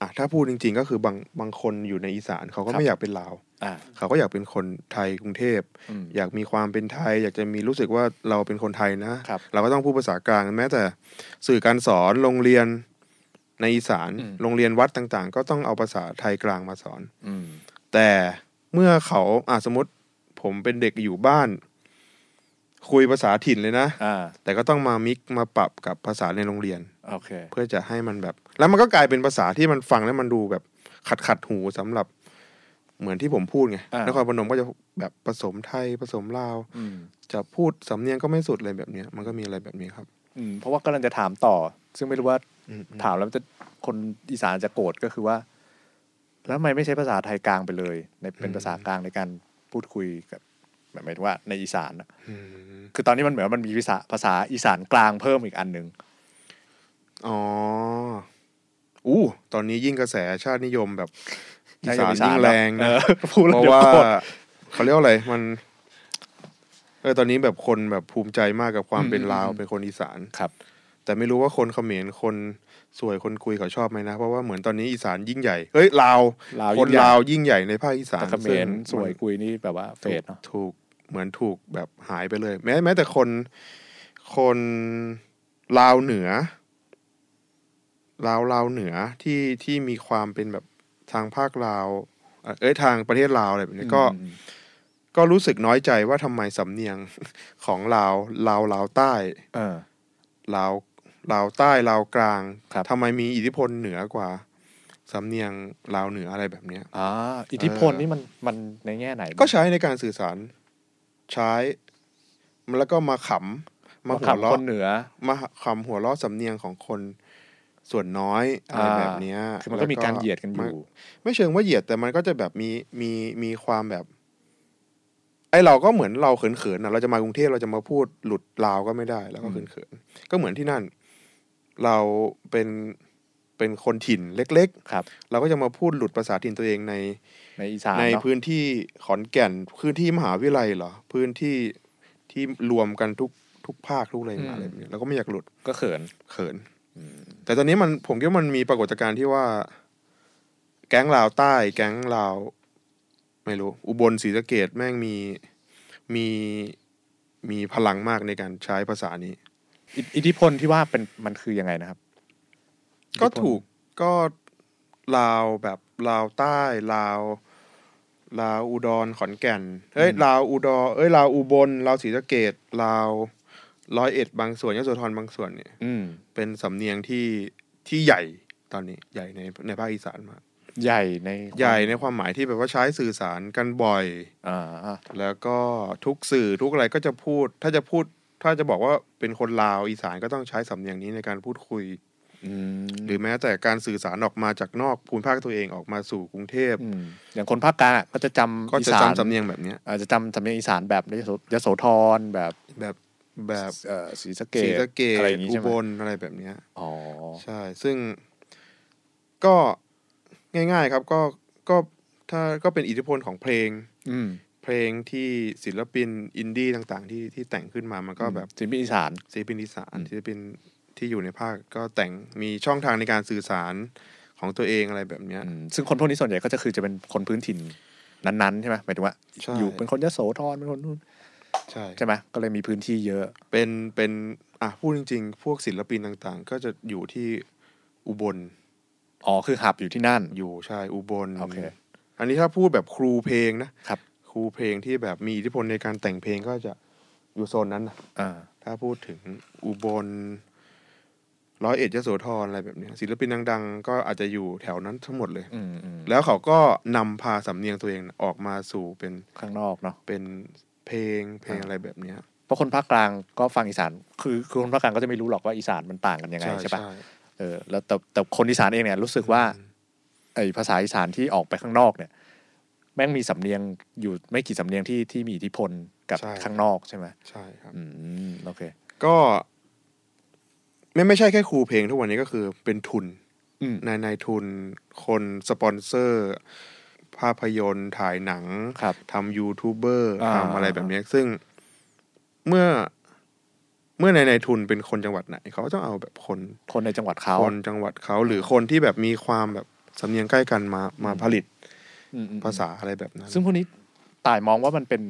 Speaker 5: อ่ะถ้าพูดจริง ๆ ก็คือบางบางคนอยู่ในอีสานเขาก็
Speaker 3: ครับ
Speaker 5: ไม่อยากเป็นลาว
Speaker 3: อ่า
Speaker 5: เขาก็อยากเป็นคนไทยกรุงเทพ
Speaker 3: อืม
Speaker 5: อยากมีความเป็นไทย อยากจะมีรู้สึกว่าเราเป็นคนไทยนะ
Speaker 3: ครับ
Speaker 5: เราก็ต้องพูดภาษากลางแม้แต่สื่อการสอนโรงเรียนในอีสาน
Speaker 3: อืม
Speaker 5: โรงเรียนวัดต่างๆ ก็ต้องเอาภาษาไทยกลางมาสอน
Speaker 3: อืม
Speaker 5: แต่เมื่อเขาอ่ะสมมติผมเป็นเด็กอยู่บ้าน คุยภาษาถิ่นเลยนะ
Speaker 3: อ่า
Speaker 5: แต่ก็ต้องมามิกมาปรับกับภาษาในโรงเรียน
Speaker 3: โอเค
Speaker 5: เพื่อจะให้มันแบบ แล้วมันก็กลายเป็นภาษาที่มันฟังแล้วมันดูแบบขัดขัดๆหูสำหรับเหมือนที่ผมพูดไง
Speaker 3: อ่าน
Speaker 5: นครพนมก็จะแบบผสมไทยผสมลาว
Speaker 3: อืม
Speaker 5: จะพูดสำเนียงก็ไม่สุดอะไรแบบเนี้ยมันก็มีอะไรแบบนี้ครับ
Speaker 3: อืมเพราะว่ากำลังจะถามต่อ ซึ่งไม่รู้ว่า
Speaker 5: อืม
Speaker 3: ถามแล้วจะคนอีสานจะโกรธก็คือว่า แล้วทำไมไม่ใช้ภาษาไทยกลางไปเลย ในเป็นภาษากลางในการพูดคุยกับหมายถึงว่าในอีสานนะคือตอนนี้มันเหมือนว่ามันมีภาษาภาษาอีสานกลางเพิ่มอีกอันหนึ่ง
Speaker 5: อ๋ออู้ตอนนี้ยิ่งกระแสชาตินิยมแบบอีสานยิ่งแรง
Speaker 3: เอ
Speaker 5: นะ
Speaker 3: อพูด
Speaker 5: เพ
Speaker 3: แล้ว
Speaker 5: ราะ
Speaker 3: เดี๋ยว
Speaker 5: ว่า
Speaker 3: โกรธ
Speaker 5: เขาเรียกว่าอะไรมันเออตอนนี้แบบคนแบบภูมิใจมากกับความเป็นลาวเป็นคนอีสาน
Speaker 3: ครับ
Speaker 5: แต่ไม่รู้ว่าคนเขมรคน สวยคนคุยเขาชอบไหมนะ เพราะว่าเหมือนตอนนี้อีสานยิ่งใหญ่เฮ้ยลาว
Speaker 3: ลาว
Speaker 5: ค
Speaker 3: ยิ่
Speaker 5: น
Speaker 3: งใหญ่
Speaker 5: ลาวยิ่งใหญ่ในภาคอีสาน
Speaker 3: แต่เขม
Speaker 5: ซึ่ง
Speaker 3: รสวยกุยนี่แบบว่าเฟดเนาะ
Speaker 5: ถูกเหมือนถูกแบบหายไปเลย แม้แม้แต่คนคนลาวเหนือลาวลาวเหนือที่ที่มีความเป็นแบบทางภาคลาวเอ่อเอ้ยทางประเทศลาวอะไรแบบนี้ก็
Speaker 3: อืม
Speaker 5: ก็รู้สึกน้อยใจว่าทำไมสำเนียง ของลาวลาวลาวใต้
Speaker 3: เออ
Speaker 5: ลาวลาวใต้ลาวกลาง
Speaker 3: ครับ
Speaker 5: ทำไมมีอิทธิพลเหนือกว่าสำเนียงลาวเหนืออะไรแบบเนี้ย
Speaker 3: อ่าอิทธิพลนี่มันมันในแง่ไหน
Speaker 5: ก็ใช้ในการสื่อสารใช้แล้วก็มาขำมา
Speaker 3: มา
Speaker 5: หัว
Speaker 3: ขับค
Speaker 5: เราะ
Speaker 3: นเหนือ
Speaker 5: มาขำหัวเราะสำเนียงของคนส่วนน้อยอะไร
Speaker 3: อ่า
Speaker 5: แบบเนี้ย
Speaker 3: คือมันก็มีการเหยียดกันอยู่
Speaker 5: มัไม่เชิงว่าเหยียดแต่มันก็จะแบบมีมีมีความแบบ ไอเราก็เหมือนเราเขินๆนะเราจะมากรุงเทพเราจะมาพูดหลุดลาวก็ไม่ได้แล้วก็
Speaker 3: อืม
Speaker 5: เขินๆก็เหมือนที่นั่น เราเป็นเป็นคนถิ่นเล็ก
Speaker 3: ครับ
Speaker 5: ๆ เราก็จะมาพูดหลุดภาษาถิ่นตัวเองใน
Speaker 3: ในอีสาน
Speaker 5: ใน
Speaker 3: เนาะ
Speaker 5: พื้นที่ขอนแก่นพื้นที่มหาวิทยาลัยเหรอ พื้นที่ที่รวมกันทุกทุกภาคทุกอะไรมาอะไรแบบนี้เราก็ไม่อยากหลุด
Speaker 3: ก็เขิน
Speaker 5: เขิน แต่ตอนนี้มันผมคิดว่ามันมีปรากฏการณ์ที่ว่า แก๊งลาวใต้ แก๊งลาว ไม่รู้ อุบลศรีสะเกดแม่งมีมีมีพลังมากในการใช้ภาษานี้
Speaker 3: อิทอิทธิพลที่ว่าเป็นมันคือยังไงนะครับ
Speaker 5: ก็ถูกก็ลาวแบบลาวใต้ลาวลาวอุดรขอนแก่นเอ้ย
Speaker 3: อืม
Speaker 5: ลาวอุดรเอ้ยลาวอุบลลาวศรีสะเกดลาวร้อยเอ็ดบางส่วนยโสธรบางส่วนเนี่ย
Speaker 3: อืม
Speaker 5: เป็นสำเนียงที่ที่ใหญ่ตอนนี้ใหญ่ในในภาคอีสานมาก
Speaker 3: ใหญ่ใน
Speaker 5: ใหญ่ในความหมายที่แบบว่าใช้สื่อสารกันบ่อย
Speaker 3: อ่า
Speaker 5: แล้วก็ทุกสื่อทุกอะไรก็จะพูด ถ้าจะพูด ถ้าจะบอกว่าเป็นคนลาวอีสานก็ต้องใช้สำเนียงนี้ในการพูดคุย
Speaker 3: อืม
Speaker 5: หรือแม้แต่การสื่อสารออกมาจากนอกภูมิภาคตัวเองออกมาสู่กรุงเทพ
Speaker 3: มอย่างคนภาคกลางอะก็จะจำ
Speaker 5: ก็
Speaker 3: อี
Speaker 5: จะ
Speaker 3: สาน
Speaker 5: จำสำเนียงแบบเนี้ย
Speaker 3: อาจจะจำสำเนียงอีสานแบบยโสยโสธรแบบ
Speaker 5: แบบแบบ
Speaker 3: เอ่อศรีสะเก
Speaker 5: ศรี
Speaker 3: ษ
Speaker 5: สะเก
Speaker 3: อะไรอ
Speaker 5: ด
Speaker 3: ย่างงี้
Speaker 5: อุ
Speaker 3: ใช่ไห
Speaker 5: บ
Speaker 3: ม
Speaker 5: ลอะไรแบบเนี้ย
Speaker 3: อ๋อ
Speaker 5: ใช่ ซึ่งก็ง่ายๆครับก็ก็ถ้าก็เป็นอิทธิพลของเพลง
Speaker 3: อืม
Speaker 5: เพลงที่ศิลปินอินดี้ต่างๆ ที่ที่แต่งขึ้นมามันก็แบบ
Speaker 3: ศิลปินอีสาน
Speaker 5: ศิลปินอีสาน
Speaker 3: อืม
Speaker 5: ศิลปินที่อยู่ในภาคก็แต่งมีช่องทางในการสื่อสารของตัวเองอะไรแบบเนี้ย
Speaker 3: อืมซึ่งคนพวกนี้ส่วนใหญ่ก็จะคือจะเป็นคนพื้นถิ่นนั้นๆใช่ไหมหมายถึงว่า
Speaker 5: ใช่
Speaker 3: อยู่เป็นคนยโสธรเป็นคนนู่น
Speaker 5: ใช่
Speaker 3: ใช่ไหมก็เลยมีพื้นที่เยอะ
Speaker 5: เป็นเป็นอ่ะพูดจริง ๆ พวกศิลปินต่างๆ ก็จะอยู่ที่อุบล
Speaker 3: อ๋อคือหับอยู่ที่นั่น
Speaker 5: อยู่ใช่อุบล
Speaker 3: โอเค
Speaker 5: อันนี้ถ้าพูดแบบครูเพลงนะครับ ครูเพลงที่แบบมีอิทธิพลในการแต่งเพลงก็จะอยู่โซนนั้นนะ
Speaker 3: อ่า
Speaker 5: ถ้าพูดถึงอุบลร้อยเอ็ดยโสธรอะไรแบบเนี้ยศิลปินดัง ๆ ก็อาจจะอยู่แถวนั้นทั้งหมดเลย
Speaker 3: อืมอืม
Speaker 5: แล้วเขาก็นำพาสำเนียงตัวเองออกมาสู่เป็น
Speaker 3: ข้างนอกเนาะ
Speaker 5: เป็นเพลงเพลง
Speaker 3: อ่า
Speaker 5: อะไรแบบเนี้ย
Speaker 3: เพราะคนภาคกลางก็ฟังอีสาน คือคือคนภาคกลางก็จะไม่รู้หรอกว่าอีสานมันต่างกันยังไงใช่ปะเออ แล้วแต่แต่คนอีสานเองเนี่ยรู้สึกว่าไอภาษาอีสานที่ออกไปข้างนอกเนี่ย แม่งมีสำเนียงอยู่ไม่กี่สำเนียงที่ที่มีอิทธิพลกับข้างนอกใช่ไหม
Speaker 5: ใช่ครับ
Speaker 3: อืมโอเค
Speaker 5: ก็ไม่ไม่ใช่แค่ครูเพลงทุกวันนี้ก็คือเป็นทุน
Speaker 3: อืม
Speaker 5: นายนายทุน คนสปอนเซอร์ ภาพยนตร์ถ่ายหนัง
Speaker 3: ครับ
Speaker 5: ทำยูทูบเบอร์
Speaker 3: อ่า
Speaker 5: ทำอะไรแบบเนี้ยซึ่งเมื่อเมื่อนายนายทุนเป็นคนจังหวัดไหน เขาก็ต้องเอาแบบคน
Speaker 3: คนในจังหวัดเขา
Speaker 5: คนจังหวัดเขาหรือคนที่แบบมีความแบบสำเนียงใกล้กันมามาผลิต
Speaker 3: อืมอืมอืม
Speaker 5: ภาษาอะไรแบบนั้น
Speaker 3: ซึ่งพวกนี้ต่ายมองว่ามันเป็น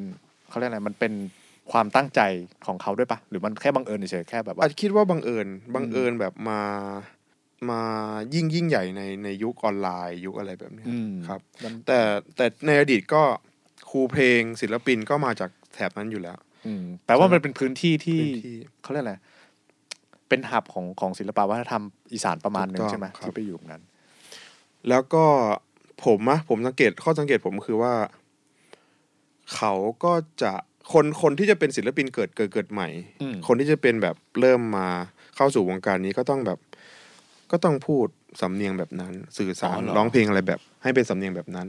Speaker 3: เขาเรียกอะไรมันเป็นความตั้งใจของเขาด้วยปะหรือมันแค่บังเอิญเฉยๆแค่แบบว่า
Speaker 5: อาจคิดว่าบังเอิญบังเอิญแบบมามายิ่งยิ่งใหญ่ในในยุคออนไลน์ยุคอะไรแบบเนี้ย
Speaker 3: อืม
Speaker 5: ครับ
Speaker 3: มัน
Speaker 5: แต่แต่ในอดีตก็ครูเพลงศิลปินก็มาจากแถบนั้นอยู่แล้ว
Speaker 3: อืมแปลว่ามันเป็นพื้นที่ที่
Speaker 5: พื้นที่
Speaker 3: เขาเรียกอะไรเป็นหับของของศิลปะวัฒนธรรมอีสานประมาณหนึ่
Speaker 5: ถูก
Speaker 3: ง
Speaker 5: ต้อง
Speaker 3: ใช่ไหม
Speaker 5: ครับ
Speaker 3: ที่ไปอยู่ตรงนั้น
Speaker 5: แล้วก็ผมอะผมสังเกตข้อสังเกตผมคือว่า เขาก็จะคนคนที่จะเป็นศิลปินเกิดเกิดเกิดใหม่
Speaker 3: อืม
Speaker 5: คนที่จะเป็นแบบเริ่มมาเข้าสู่วงการนี้ก็ต้องแบบ ก็ต้องพูดสำเนียงแบบนั้น สื่อสาร
Speaker 3: อ๋อเหรอ
Speaker 5: ร้องเพลงอะไรแบบ ให้เป็นสำเนียงแบบนั้น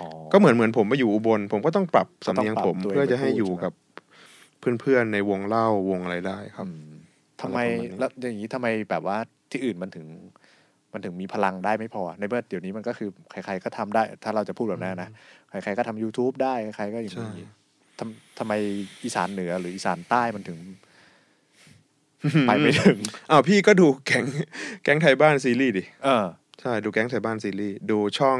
Speaker 3: อ๋อ
Speaker 5: ก็เหมือนเหมือนผมไปอยู่อุบลผมก็ต้องปรับสำเนียงผม
Speaker 3: ก็ต้องปรับตัวเอง
Speaker 5: เพื่อจะให้อยู่
Speaker 3: ไปพูด
Speaker 5: กับเพื่อนๆในวงเล่าวงอะไรได้ครับ
Speaker 3: อืมทำไม
Speaker 5: อะไรประมาณนี้
Speaker 3: แล้วอย่างนี้ทำไมแบบว่าที่อื่นมันถึง มันถึงมีพลังได้ไม่พอ ในเมื่อเดี๋ยวนี้มันก็คือใครๆก็ทำได้ ถ้าเราจะพูดแบบนั้นนะใครๆก็ทำ youtube ได้ใครๆก็อย่าง
Speaker 5: ใช่
Speaker 3: นี้ทำทำไมอีสานเหนือหรืออีสานใต้มันถึง ไปไม่ถึง
Speaker 5: อ้าวพี่ก็ดูแก๊ง แก๊งไทยบ้านซีรีส์ดิ
Speaker 3: เออ
Speaker 5: ใช่ ดูแก๊งไทยบ้านซีรีส์ดูช่อง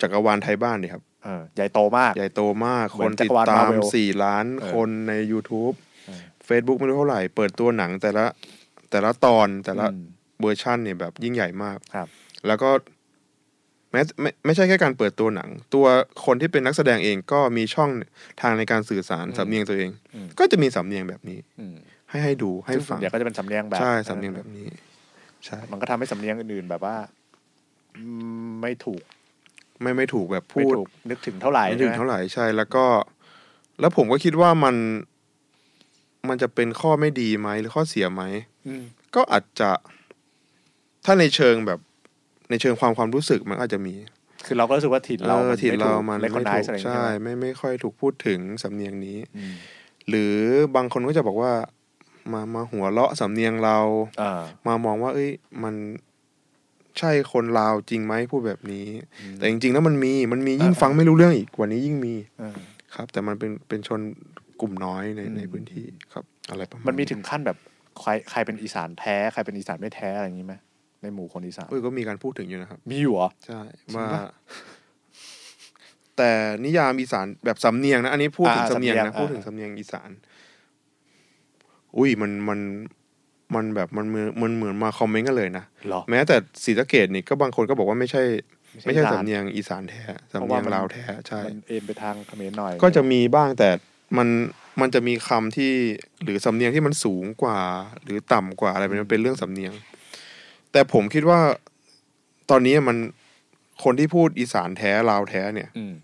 Speaker 5: จักรวาลไทยบ้านดิครับ
Speaker 3: เออ ใหญ่โตมาก
Speaker 5: ใหญ่โตมากค
Speaker 3: เหมือนนจั
Speaker 5: ติด
Speaker 3: กรวาล
Speaker 5: ตาม
Speaker 3: Marvel
Speaker 5: สี่ล้าน
Speaker 3: เออ
Speaker 5: คนใน YouTube
Speaker 3: เออ
Speaker 5: Facebook ไม่รู้เท่าไหร่ เปิดตัวหนังแต่ละแต่ละตอนแต่ละ
Speaker 3: อืม
Speaker 5: เวอร์ชั่นเนี่ยแบบยิ่งใหญ่มาก
Speaker 3: ครับ
Speaker 5: แล้วก็แม้ไม่ไม่ใช่แค่การเปิดตัวหนัง ตัวคนที่เป็นนักแสดงเองก็มีช่องทางในการสื่อสารสำเนียงตัวเอง
Speaker 3: อืม
Speaker 5: ก็จะมีสำเนียงแบบนี้
Speaker 3: อืม
Speaker 5: ให้ให้ดูให้
Speaker 3: ซึ่งส่ว
Speaker 5: ฟั
Speaker 3: น
Speaker 5: ง
Speaker 3: ใหญ่ก็จะเป็นสำเนียงแบบ
Speaker 5: ใช่สำเนียงแบบนี้ ใช่
Speaker 3: มันก็ทำให้สำเนียงอื่นๆแบบว่าอืมไม่ถูก
Speaker 5: ไม่ไม่ถูกแบบพู
Speaker 3: ไม่
Speaker 5: ด
Speaker 3: ถูกนึกถึงเท่าไหร่
Speaker 5: ไม่ถึง
Speaker 3: ใช่ห
Speaker 5: เท่าไหร่ใช่แล้วก็ แล้วผมก็คิดว่ามัน มันจะเป็นข้อไม่ดีไหมหรือข้อเสียไหม
Speaker 3: อืม
Speaker 5: ก็อาจจะถ้าในเชิงแบบ ในเชิงความความรู้สึกมันอาจจะมี
Speaker 3: คือเราก็รู้สึกว่าถิ่นเรา
Speaker 5: ออถิ่นเรามัน
Speaker 3: เลคอนได
Speaker 5: ถู
Speaker 3: ส์อะไรอย่าง
Speaker 5: ใช่
Speaker 3: เงี้ยใช่ไหม
Speaker 5: ไม่ไม่ค่อยถูกพูดถึงสำเนียงนี้
Speaker 3: อืม
Speaker 5: หรือบางคนก็จะบอกว่า มามาหัวเราะสำเนียงเรา
Speaker 3: เออ
Speaker 5: มามองว่า เอ้ย มันใช่คนลาวจริงไหมพูดแบบนี้ แต่จริงๆแล้วมันมีมันมียิ่ง
Speaker 3: เออ
Speaker 5: ฟังไม่รู้เรื่องอีกกว่านี้ยิ่งมี
Speaker 3: เออ
Speaker 5: ครับแต่มันเป็นเป็นชนกลุ่มน้อยใน
Speaker 3: อืม
Speaker 5: ในพื้นที่ครับ อะไรประมาณ
Speaker 3: มันมีถึงขั้นแบบใครใครเป็นอีสานแท้ใครเป็นอีสานไม่แท้อะไรอย่างนี้ไหมในหมู่คนอีสาน
Speaker 5: เอ้ยก็มีการพูดถึงอยู่นะครับ
Speaker 3: มีอยู่เหรอ
Speaker 5: ใช่
Speaker 3: จริง
Speaker 5: ว่า
Speaker 3: ปะ
Speaker 5: แต่นิยามอีสานแบบสำเนียงนะอันนี้พูดถึง
Speaker 3: อ่า
Speaker 5: สำเนียง
Speaker 3: สำเนี
Speaker 5: นะ
Speaker 3: ยง
Speaker 5: พูดถึง
Speaker 3: อ่า
Speaker 5: สำเนียงอีสาน อุ้ยมันมันมันแบบมันเหมือนมันเหมือนมาคอมเมนต์กันเลยนะ
Speaker 3: หรอ
Speaker 5: แม้แต่ศรีสะเกดนี่ก็บางคนก็บอกว่าไม่ใช่ ไม่ใช่
Speaker 3: อีสาน
Speaker 5: สำเนียงอีสานแท้สำ
Speaker 3: เพราะ
Speaker 5: เนี
Speaker 3: ว่าย
Speaker 5: ง
Speaker 3: มัน
Speaker 5: ลาวแท้ใช่
Speaker 3: มันเอ็นไปทางเขมรหน่อย
Speaker 5: ก็จะมีบ้างแต่มันมันจะมีคำที่หรือสำเนียงที่มันสูงกว่า หรือต่ำกว่าอะไรแบบนี้มันเป็นเรื่องสำเนียง แต่ผมคิดว่าตอนนี้มันคนที่พูดอีสานแท้ลาวแท้เนี่ย
Speaker 3: อืม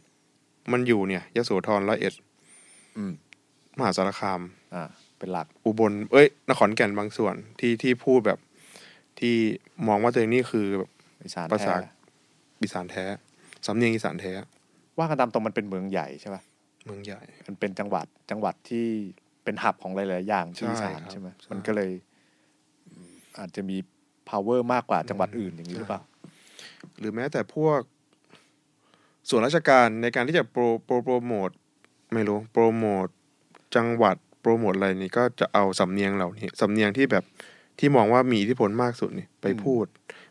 Speaker 5: มันอยู่เนี่ยยโสธรร้อยเอ็ด
Speaker 3: อืม
Speaker 5: มหาสารคาม
Speaker 3: อ่าเป็นหลัก
Speaker 5: อุบลเอ้ยนครแก่นบางส่วนที่ที่พูดแบบที่มองว่าตัวเองนี่คือแบบ
Speaker 3: อีสาน
Speaker 5: ภา
Speaker 3: แท้
Speaker 5: ษา อีสานแท้สำเนียงอีสานแท้
Speaker 3: ว่ากันตามตรงมันเป็นเมืองใหญ่ใช่ป่ะ
Speaker 5: เมืองใหญ่
Speaker 3: มันเป็นจังหวัดจังหวัดที่เป็นหับของหลายๆอย่างที่
Speaker 5: ใช่
Speaker 3: อีสาน
Speaker 5: ครับ
Speaker 3: ใช่ไหม
Speaker 5: ใช่
Speaker 3: มันก็เลยอืมอาจจะมี power มากกว่าจังหวัดอื่นอย่างนี้หรือเปล่า
Speaker 5: หรือแม้แต่พวกส่วนราชการในการที่จะโปรโปรโปรโมทไม่รู้โปรโมทจังหวัดโปรโมทอะไรนี่ก็จะเอาสำเนียงเหล่านี้สำเนียงที่แบบที่มองว่ามีอิทธิพลมากสุดนี่ไปพูด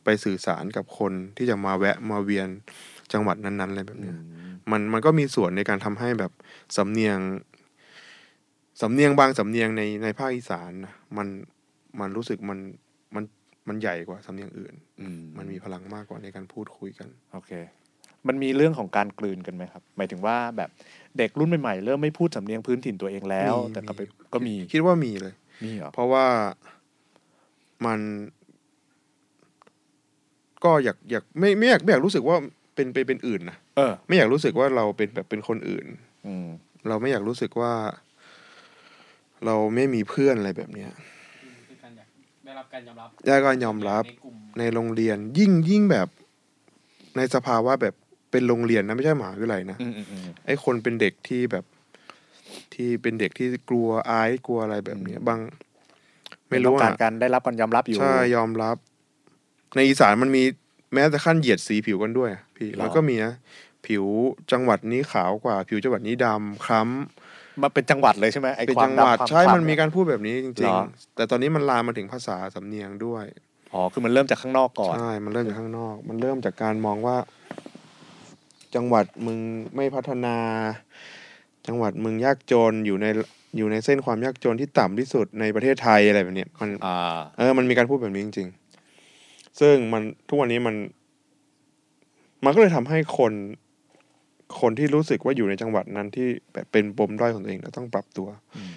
Speaker 5: ไปสื่อสารกับคนที่จะมาแวะมาเวียนจังหวัดนั้นๆอะไรแบบเนี้ยมันมันก็มีส่วนในการทำให้แบบสำเนียงสำเนียงบางสำเนียงในในภาคอีสานนะมันมันรู้สึกมันมันมันใหญ่กว่าสำเนียงอื่น
Speaker 3: อืม
Speaker 5: มันมีพลังมากกว่าในการพูดคุยกัน
Speaker 3: โอเค มันมีเรื่องของการกลืนกันไหมครับ หมายถึงว่าแบบเด็กรุ่นใหม่ๆ เริ่มไม่พูดสำเนียงพื้นถิ่นตัวเองแล้ว
Speaker 5: มี
Speaker 3: แต่ก็ไป
Speaker 5: มี
Speaker 3: ก็มี
Speaker 5: คิดว่ามีเลย
Speaker 3: มีเหรอ
Speaker 5: เพราะว่ามันก็อยากอยากไม่ไม่อยากไม่อยากรู้สึกว่าเป็นเป็นเป็นอื่นนะ
Speaker 3: เออ
Speaker 5: ไม่อยากรู้สึกว่าเราเป็นแบบเป็นคนอื่น
Speaker 3: อืม
Speaker 5: เราไม่อยากรู้สึกว่า เราไม่มีเพื่อนอะไรแบบเนี้ย
Speaker 1: คือการอยากได้รับการยอมรับ
Speaker 5: ได้ก็ยอมรับ
Speaker 1: ในกลุ่ม
Speaker 5: ในโรงเรียน ยิ่งยิ่งแบบในสภาวะแบบเป็นโรงเรียนนะไม่ใช่หมหาวิทยาลัยนะ
Speaker 3: อืมอืมอืม
Speaker 5: ไอ้คนเป็นเด็กที่แบบที่เป็นเด็กที่กลัวอายกลัวอะไรแบบเนี้ย
Speaker 3: อืม
Speaker 5: บาง ไม่รู้
Speaker 3: ต้องการ
Speaker 5: อ่ะ
Speaker 3: การได้รับการยอมรับอยู่
Speaker 5: ใช่ยอมรับ ในอีสานมันมีแม้แต่ขั้นเหยียดสีผิวกันด้วยอะพี่
Speaker 3: หรอ
Speaker 5: มันก็มีนะผิวจังหวัดนี้ขาวกว่า ผิวจังหวัดนี้ดำคล้
Speaker 3: มันเป็นจังหวัดเลยใช่ไหม
Speaker 5: ำ
Speaker 3: ไอ้
Speaker 5: เป็น
Speaker 3: ความ
Speaker 5: จังหวัด
Speaker 3: ดำความ
Speaker 5: ใช่
Speaker 3: คล้ำ
Speaker 5: มันมี
Speaker 3: เย
Speaker 5: การพูดแบบนี้จ
Speaker 3: ห
Speaker 5: ริ
Speaker 3: รง อ
Speaker 5: ๆ แต่ตอนนี้มันลามมาถึงภาษาสำเนียงด้วย
Speaker 3: อ๋อคือมันเริ่มจากข้างนอกก่อน
Speaker 5: ใช่ มันเริ่มจากข้างนอก มันเริ่มจากการมองว่า จังหวัดมึงไม่พัฒนา จังหวัดมึงยากจนอยู่ในอยู่ในเส้นความยากจนที่ต่ำที่สุดในประเทศไทยอะไรแบบเนี้ยมัน
Speaker 3: อ่า
Speaker 5: เออ มันมีการพูดแบบนี้จริง ๆ ซึ่งมันทุกวันนี้มัน มันก็เลยทำให้คน คนที่รู้สึกว่าอยู่ในจังหวัดนั้นที่แบบเป็นปมด้อยของตัวเองแล้วต้องปรับตัว
Speaker 3: อืม